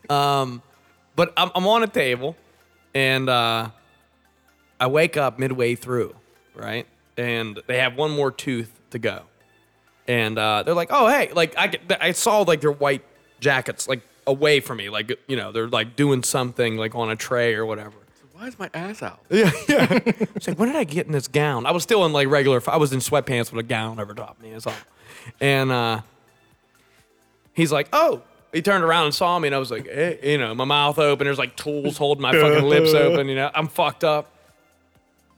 Um, but I'm, I'm on a table and uh, I wake up midway through, right? And they have one more tooth to go. And uh, they're like, oh, hey, like I, get- I saw like their white jackets like away from me. Like, you know, they're like doing something like on a tray or whatever.
Why is my ass out?
It's like, when did I get in this gown? I was still in like regular, I was in sweatpants with a gown over top me. That's all. And uh, he's like, oh, he turned around and saw me, and I was like, eh, you know, my mouth open. There's like tools holding my fucking lips open. You know, I'm fucked up.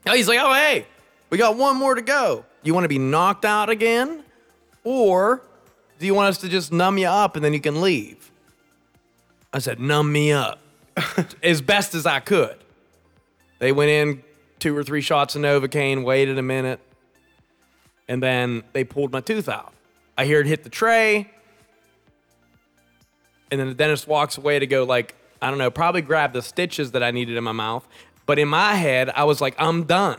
Oh, he's like, oh, hey, we got one more to go. You want to be knocked out again? Or do you want us to just numb you up and then you can leave? I said, numb me up as best as I could. They went in two or three shots of Novocaine, waited a minute, and then they pulled my tooth out. I hear it hit the tray. And then the dentist walks away to go, like, I don't know, probably grab the stitches that I needed in my mouth. But in my head, I was like, I'm done.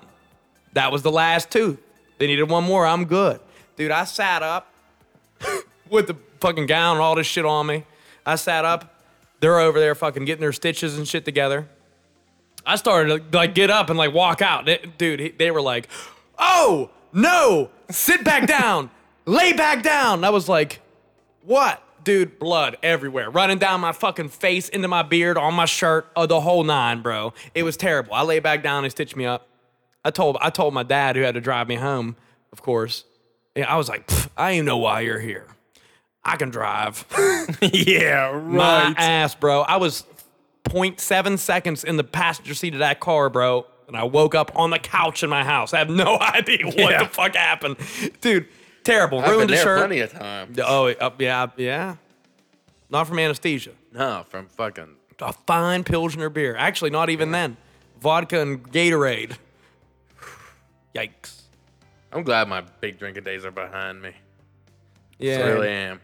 That was the last tooth. They needed one more. I'm good. Dude, I sat up with the fucking gown and all this shit on me. I sat up. They're over there fucking getting their stitches and shit together. I started to like get up and like walk out. They- Dude, he- they were like, "Oh no, sit back down, lay back down." And I was like, "What, dude? Blood everywhere, running down my fucking face, into my beard, on my shirt, uh, the whole nine, bro. It was terrible." I lay back down. They stitched me up. I told I told my dad who had to drive me home, of course. And I was like, "Pff, "I ain't know why you're here. I can drive."
yeah,
my
right.
ass, bro. I was 0.7 seconds in the passenger seat of that car, bro. And I woke up on the couch in my house. I have no idea what
Yeah.
the fuck happened. Dude, terrible.
I've been
Ruined the
there
shirt.
plenty of times.
Oh, uh, yeah, yeah. Not from anesthesia.
No, from fucking
A fine Pilsner beer. Actually, not even then. Vodka and Gatorade. Yikes.
I'm glad my big drinking days are behind me.
Yeah.
I really am.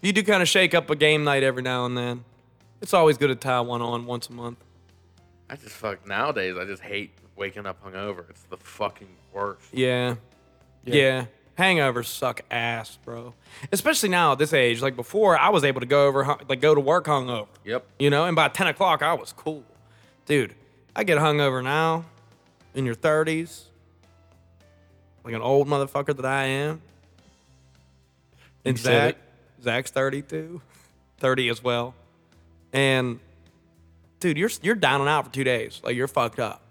You do kind of shake up a game night every now and then. It's always good to tie one on once a month.
I just fuck nowadays. I just hate waking up hungover. It's the fucking worst.
Yeah. yeah. Hangovers suck ass, bro. Especially now at this age. Like before, I was able to go over, hun- like go to work hungover.
Yep.
You know, and by 10 o'clock, I was cool. Dude, I get hungover now in your 30s, like an old motherfucker that I am. And Zach, Zach's 32, 30 as well. And dude, you're you're down and out for two days. Like you're fucked up.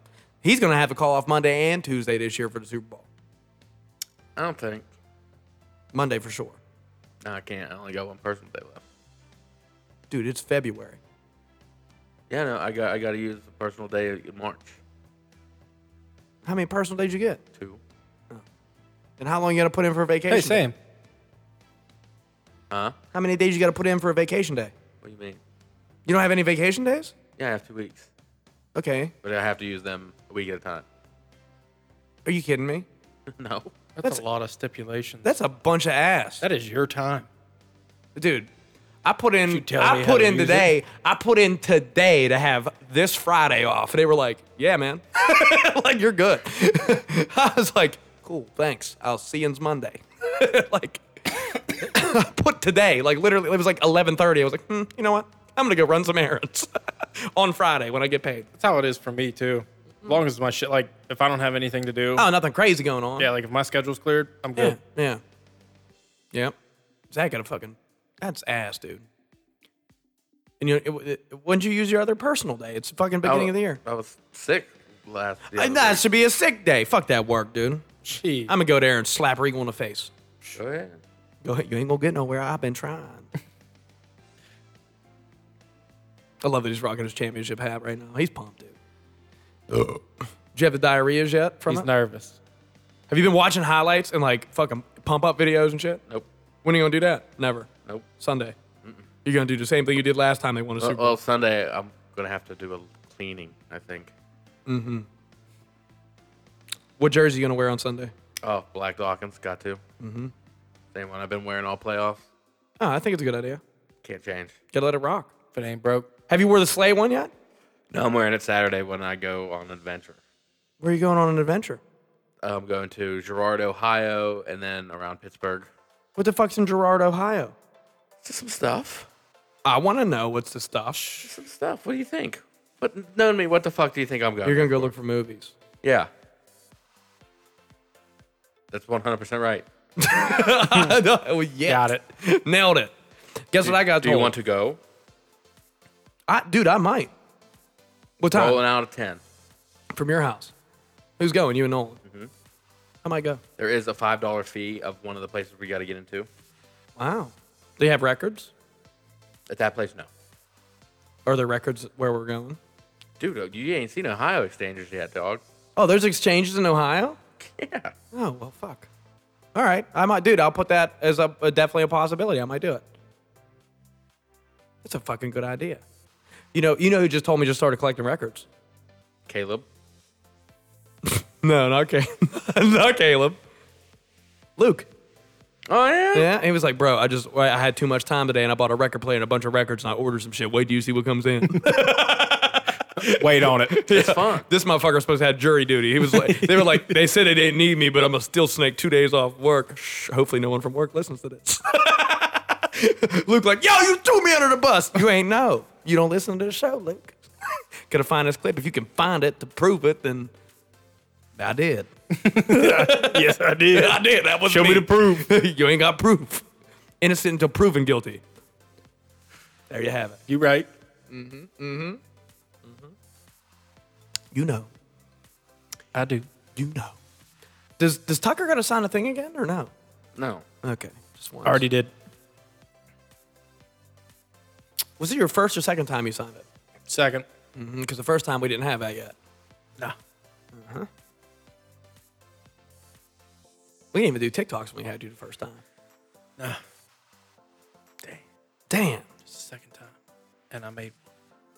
He's gonna have a call off Monday and Tuesday this year for the Super Bowl.
I don't think.
Monday for sure.
No, I can't. I only got one personal day left.
Dude, it's February.
Yeah, no, I got I got to use the personal day in March
How many personal days you get?
too.
And how long you gotta put in for a vacation?
Hey,
day?
same.
Huh?
How many days you gotta put in for a vacation day?
What do you mean?
You don't have any vacation days?
Yeah, I have two weeks,
Okay.
but I have to use them a week at a time.
Are you kidding me?
no.
That's,
That's-
a lot of stipulations.
That's a bunch of ass.
that is your time.
Dude, I put in
tell me
I
how
put
to
in
use
today. I put in today to have this Friday off. And they were like, Yeah, man. like you're good. I was like, Cool, thanks. I'll see you Monday. like I put today, like literally it was like eleven thirty. I was like, hmm, you know what? I'm gonna go run some errands on Friday when I get paid.
That's how it is for me too. As long as my shit, like, if I don't have anything to do,
Oh, nothing crazy going on.
yeah, like if my schedule's cleared, I'm
Yeah.
good.
Yeah. Yep. Zach got a fucking. That's ass, dude. And you, it, it, when did you use your other personal day? It's the fucking
I
beginning
wa-
of the year.
I was sick last. the
Uh,
other
That
week.
should be a sick day. Fuck that work, dude.
Gee,
I'm gonna go there and slap her eagle in the face.
Go ahead.
Go ahead. You ain't gonna get nowhere. I've been trying. I love that he's rocking his championship hat right now. He's pumped, dude. Do you have the diarrhea yet? From
he's
it?
nervous.
have you been watching highlights and like fucking pump up videos and shit?
Nope.
When are you gonna do that? Never.
Nope.
Sunday. You're gonna do the same thing you did last time they won a
Well,
Super Bowl.
well, Sunday I'm gonna have to do a cleaning. I think.
What jersey you gonna wear on Sunday?
Oh, Black Dawkins got to. Mm-hmm. Same one I've been wearing all playoffs.
Oh, I think it's a good idea.
Can't change.
Gotta let it rock.
If it ain't broke,
Have you wore the sleigh one yet?
No, I'm wearing it Saturday when I go on an adventure.
Where are you going on an adventure?
I'm going to Girard, Ohio, and then around Pittsburgh.
What the fuck's in Girard, Ohio?
Just some stuff.
I wanna know what's the stuff.
Some stuff. What do you think? But knowing me, what the fuck do you think I'm going?
You're gonna go look for movies.
yeah. That's 100% right.
oh, yes.
got it.
Nailed it. Guess what I got
Do
told?
you want to go?
I, dude, I might. What time?
Rolling out of 10.
From your house. Who's going? You and Nolan.
Mm-hmm.
I might go.
There is a $5 fee of one of the places we got to get into.
Wow. Do you have records?
At that place, no.
Are there records where we're going?
Dude, uh, you ain't seen Ohio Exchangers yet, dog.
Oh, there's exchanges in Ohio?
Yeah.
Oh well, fuck. All right, I might, dude. I'll put that as a, a definitely a possibility. I might do it. That's a fucking good idea. You know, you know who just told me just started collecting records?
Caleb.
No, not Caleb. not Caleb. Luke.
Oh yeah.
Yeah, he was like, bro, I just I had too much time today, and I bought a record player and a bunch of records, and I ordered some shit. Wait, do you see what comes in?
Wait on it.
It's fun.
this motherfucker was supposed to have jury duty. He was like, they were like, they said they didn't need me, but I'm gonna still snake two days off work. Shh, hopefully, no one from work listens to this. Luke, like, yo, you threw me under the bus. You ain't know. You don't listen to the show, Luke. Gotta find this clip. If you can find it to prove it, then I did.
yes, I did.
I did. That was
Show me the proof.
you ain't got proof. Innocent until proven guilty. There you have it.
You right.
You know.
I do.
You know. Does Does Tucker gotta sign a thing again or no?
No.
Okay, just one.
Already did.
Was it your first or second time you signed it?
Second.
Because the first time we didn't have that yet. Uh-huh.
Nah.
We didn't even do TikToks when we had you the first time.
Nah.
Damn.
Second time. And I made.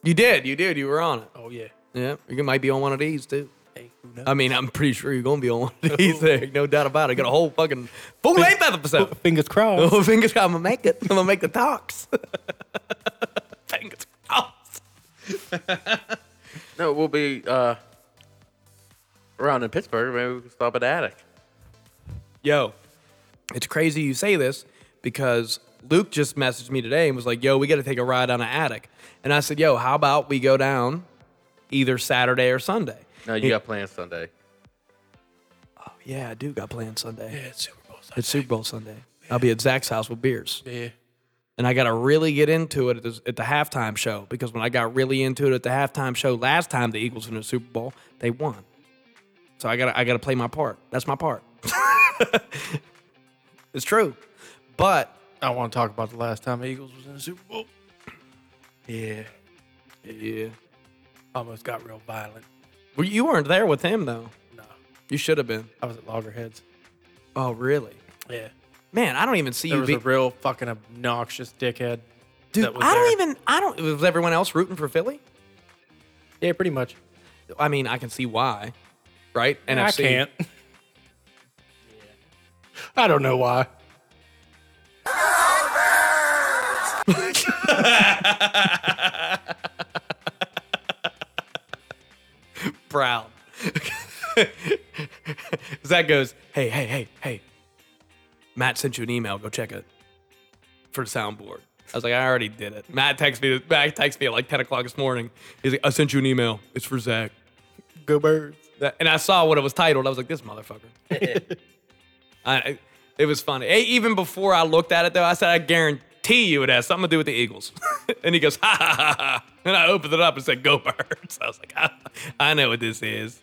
You did. You did. You were on it.
Oh yeah.
Yeah. You might be on one of these too.
Hey, who knows?
I mean, I'm pretty sure you're going to be on one of these. There, no doubt about it. Got a whole fucking full length episode.
Fingers crossed.
Oh, fingers crossed. I'm going to make it. I'm going to make the talks. fingers crossed.
No, we'll be uh, around in Pittsburgh. Maybe we can stop at Attic.
Yo, it's crazy you say this because Luke just messaged me today and was like, yo, we got to take a ride on an attic. And I said, yo, how about we go down either Saturday or Sunday?
No, you got plans Sunday.
Yeah, I do got plans Sunday. Yeah, it's Super Bowl Sunday. It's Super Bowl Sunday. I'll be at Zach's house with beers.
Yeah.
And I got to really get into it at the, at the halftime show because when I got really into it at the halftime show last time the Eagles were in the Super Bowl, they won. So I got to I got to play my part. That's my part. it's true. But
I want to talk about the last time Eagles was in the Super Bowl. Yeah.
yeah.
Almost got real violent.
Well, you weren't there with him though.
No.
You should have been.
I was at Loggerheads.
Oh, really?
Yeah.
Man, I don't even see
There
you
was
be
a real fucking obnoxious dickhead.
Dude,
that was
I don't
there.
even I don't was everyone else rooting for Philly?
Yeah, pretty much.
I mean, I can see why. Right? And
I can't. I don't know why.
proud. Zach goes, hey, hey, hey, hey. Matt sent you an email. Go check it for the soundboard. I was like, I already did it. Matt texted me. Matt texted me at like 10 o'clock this morning. He's like, I sent you an email. It's for Zach.
Go birds.
That- And I saw what it was titled. I was like, this motherfucker. I- I, it was funny. E- Even before I looked at it, though, I said, I guarantee you it has something to do with the Eagles. and he goes, ha ha ha ha. And I opened it up and said, go birds. I was like, I, I know what this is.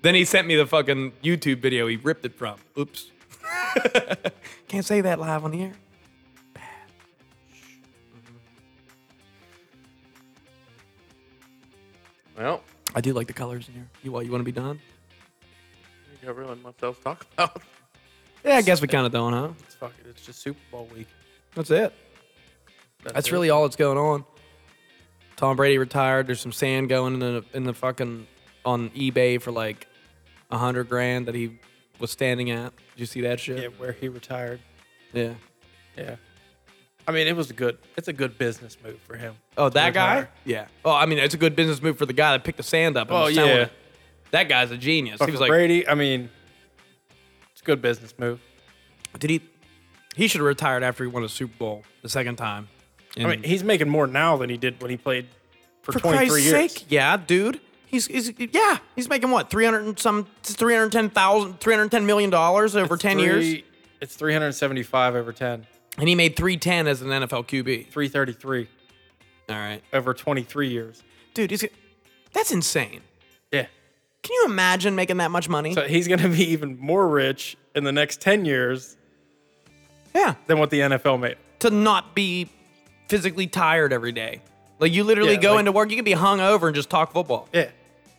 Then he sent me the fucking YouTube video he ripped it from. Oops. Can't say that live on the air.
Well,
I do like the colors in here. You, what, you want to be done?
you got really much else to talk about.
Yeah, I guess we kind of don't, huh?
It's fucking. It's just Super Bowl week.
That's it.
That's,
That's
it.
really all that's going on. Tom Brady retired. There's some sand going in the in the fucking on eBay for like a hundred grand that he was standing at. Did you see that
yeah,
shit?
where he retired.
Yeah.
Yeah. I mean, it was a good. It's a good business move for him.
Oh,
to
that guy?
retire.
Yeah. Oh, I mean, it's a good business move for the guy that picked the sand up. And
Oh,
was selling
yeah.
it. That guy's a genius.
But
he was
for
like,
Brady, I mean, it's a good business move.
did he? He should have retired after he won a Super Bowl the second time.
I mean, he's making more now than he did when he played for,
for
23
Christ's
years.
sake, yeah, dude. He's, he's yeah, he's making what 300 and some 310,000 310 million dollars over 10 years.
Three- It's 375 over 10.
And he made 310 as an NFL QB.
333
All right.
over 23 years.
Dude, he's, that's insane.
Yeah.
Can you imagine making that much money?
So he's going to be even more rich in the next 10 years
yeah.
than what the NFL made.
To not be physically tired every day. Like, you literally
Yeah,
go
like-
into work, you can be hung over and just talk football.
Yeah.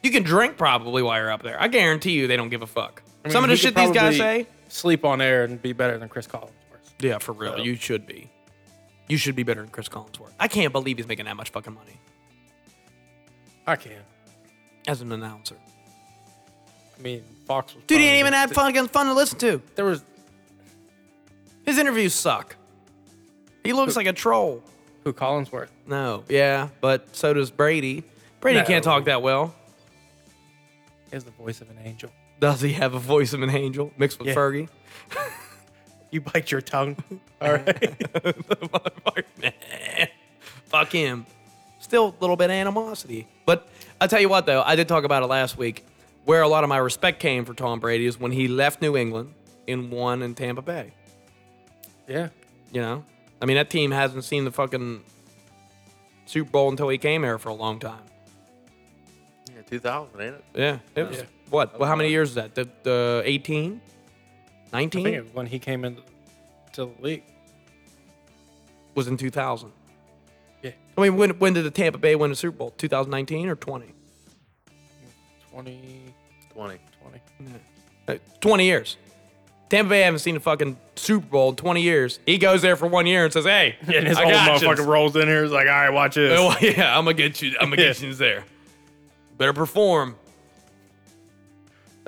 You can drink probably while you're up there. I guarantee you they don't give a fuck.
I mean,
Some of the
he could
shit these guys
probably
say.
Sleep on air and be better than Chris Collinsworth.
Yeah, for real. You should be. You should be better than Chris Collinsworth. I can't believe he's making that much fucking money
I can.
as an announcer.
I mean, Fox was.
Dude, he
probably
ain't even
the-
had fucking fun to listen to.
There was.
His interviews suck. He looks like a troll.
Who Collinsworth?
No, yeah, but so does Brady. Brady
No.
can't talk that well.
He has the voice of an angel.
Does he have a voice of an angel mixed with
Yeah.
Fergie?
You bite your tongue.
Fuck him. Still a little bit of animosity. But I tell you what, though, I did talk about it last week. Where a lot of my respect came for Tom Brady is when he left New England and won in Tampa Bay.
yeah.
You know, I mean that team hasn't seen the fucking Super Bowl until he came here for a long time.
Yeah, 2000, ain't it?
Yeah, it was what? Well, how many years is that? The the 18,
I think
19
it was when he came in to the league.
was in 2000.
Yeah.
I mean, when when did the Tampa Bay win the Super Bowl? 2019 or 20?
20,
20.
20.
Uh, 20 years. Tampa Bay haven't seen a fucking Super Bowl in 20 years. He goes there for one year and says, "Hey,
And his
I
old
got yous."
motherfucker rolls in here. He's like, all right, watch this.
Oh, yeah, I'm gonna get you. I'm gonna get you there. Better perform."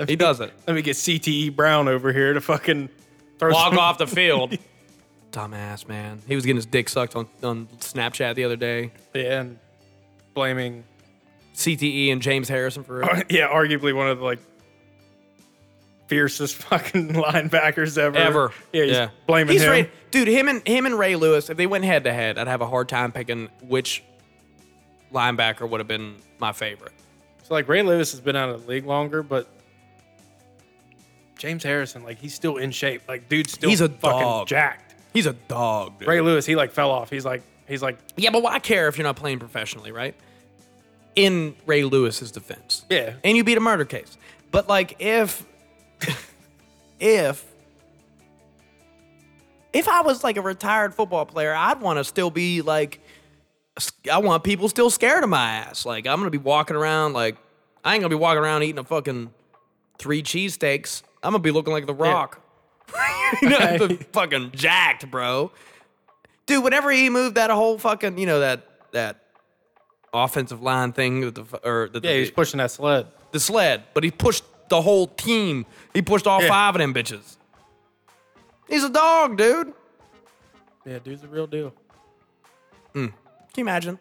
He does it.
Let me get CTE Brown over here to fucking throw
Walk
some-
off the field. Dumbass man. He was getting his dick sucked on, on Snapchat the other day.
Yeah, and blaming,
CTE E and James Harrison for it.
Oh, yeah, arguably one of the like fiercest fucking linebackers ever.
ever.
Yeah, he's blaming
He's
him.
Ray- dude, him and him and Ray Lewis, if they went head to head, I'd have a hard time picking which linebacker would have been my favorite.
so like Ray Lewis has been out of the league longer, but James Harrison, like he's still in shape. Like dude's still
He's a
fucking
dog.
jacked.
He's a dog.
Ray Lewis, he like fell off. He's like he's like
Yeah, but why care if you're not playing professionally, right? In Ray Lewis's defense.
Yeah.
And you beat a murder case. But like if if if I was like a retired football player, I'd want to still be like s- I want people still scared of my ass. Like I'm going to be walking around like I ain't going to be walking around eating a fucking three cheesesteaks. I'm going to be looking like the rock. you know, the fucking jacked, bro dude. Whenever he moved that whole fucking, you know that that offensive line thing, with the f- or the,
yeah, he's
the,
pushing that sled.
the sled, but he pushed the whole team. He pushed all five of them bitches. He's a dog, dude. Can
Yeah, dude's the real deal.
you imagine?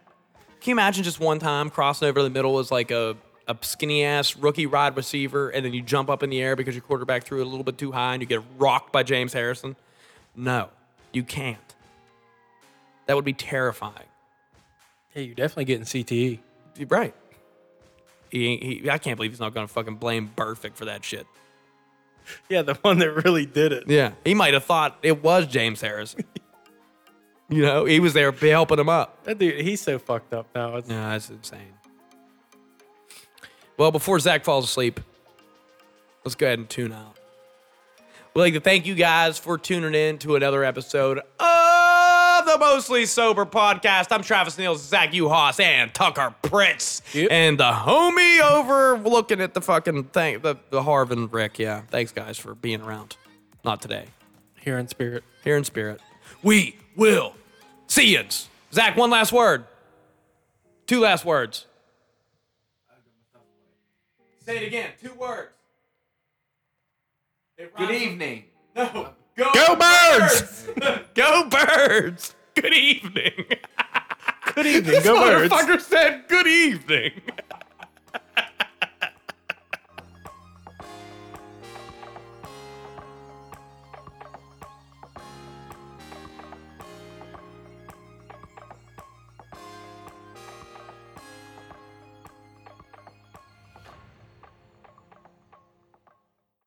Can you imagine just one time crossing over the middle as like a a skinny ass rookie wide receiver, and then you jump up in the air because your quarterback threw it a little bit too high, and you get rocked by James Harrison? No, you can't. That would be terrifying.
Yeah, you're definitely getting
E.
CTE.
You're right. He, ain't- he, I can't believe he's not gonna fucking blame Burfict for that shit.
Yeah, the one that really did it.
Yeah, he might have thought it was James Harrison. you know, he was there helping him up.
That dude, he's so fucked up now. It's,
Yeah, that's insane. Well, before Zach falls asleep, let's go ahead and tune out. We'd like to thank you guys for tuning in to another episode of the Mostly Sober Podcast. I'm Travis Neal, Zach Uhas, and Tucker Pritz. And the homie over looking at the fucking thing, the, the Harvin Rick. Yeah, thanks guys for being around. Not today.
Here in spirit.
Here in spirit. We will see you. Zach, one last word. Two last words. Say it again. Two words. Good evening. No. Go,
Go birds!
birds! Go birds! Good evening.
Go birds.
Motherfucker said good evening.